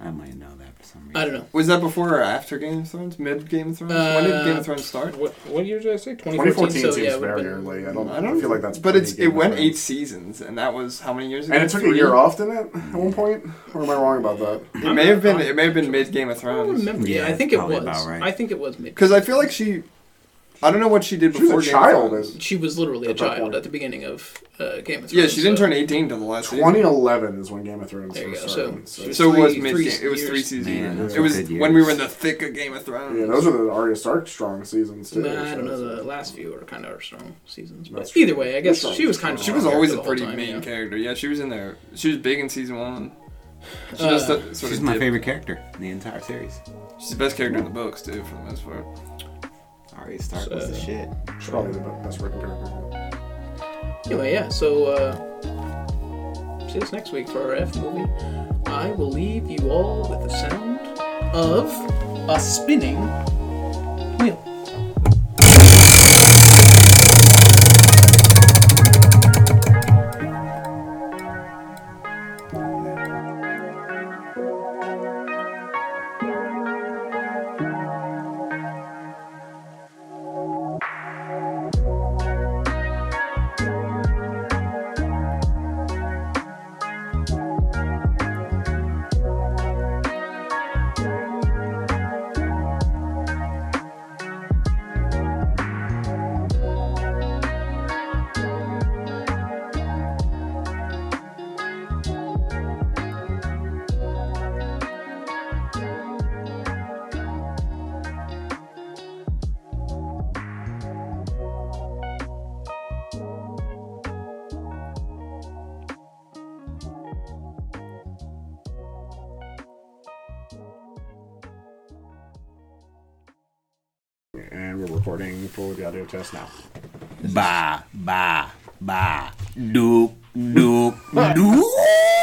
S5: I might know that for some reason.
S1: I don't know.
S2: Was that before or after Game of Thrones? Mid Game of Thrones? when
S1: Uh,
S2: did Game of Thrones start?
S1: What, what year did I say?
S3: 2014
S1: 2014. so
S3: seems
S1: yeah, it would've
S3: very
S1: been-
S3: early. I don't. I don't feel like that's.
S2: But it's it
S3: pre-Game of
S2: went
S3: Thrones.
S2: eight seasons, and that was how many years ago?
S3: And it took a
S2: Three?
S3: year off, didn't it? At one point, or am I wrong about that?
S2: It may have been. It may have been mid Game of
S1: I don't
S2: Thrones.
S1: remember. Yeah,
S5: Yeah,
S1: I
S5: it's
S1: think it
S5: probably
S1: was.
S5: about right.
S1: I think it was mid.
S2: Because I feel like she, I don't know what she did
S3: She was
S2: before
S3: a
S2: Game
S3: child
S2: Of Thrones.
S3: as-
S1: She was literally a
S3: At that
S1: child
S3: point.
S1: at the beginning of uh, Game of Thrones.
S2: Yeah, she didn't
S1: so-
S2: turn 18 till the last season.
S3: 2011 is when Game of Thrones
S1: There you
S3: first
S1: go, so-
S3: started. So,
S1: so-
S2: So it was
S1: Three-
S2: mid
S1: three
S2: game. It was three
S1: years.
S2: seasons.
S5: Man, those
S2: it
S5: were
S2: was
S5: good
S2: when we
S5: years.
S2: were in the thick of Game of Thrones.
S3: yeah, those are the Arya Stark strong seasons too.
S1: Nah, I don't know.
S3: so-
S1: The last few were kind of our strong seasons, but
S3: That's true.
S1: either way, I guess
S3: That's
S1: she was
S3: strong.
S1: kind of.
S2: she was always
S1: the
S2: a
S1: whole
S2: pretty
S1: time,
S2: main
S1: yeah.
S2: character. Yeah, she was in there. She was big in season one. She
S1: Uh,
S2: does that sort
S5: She's
S2: of
S5: my
S2: dip.
S5: favorite character in the entire series.
S2: She's the best character in the books too, for the most part.
S5: Arya Stark was the
S1: So-
S5: shit.
S3: She's probably the be- best written character.
S1: Anyway, yeah. So uh, see us next week for our F movie. I will leave you all with the sound of a spinning wheel.
S3: And we're recording for the audio test now.
S5: Ba, ba, ba. Doop, doop, doop.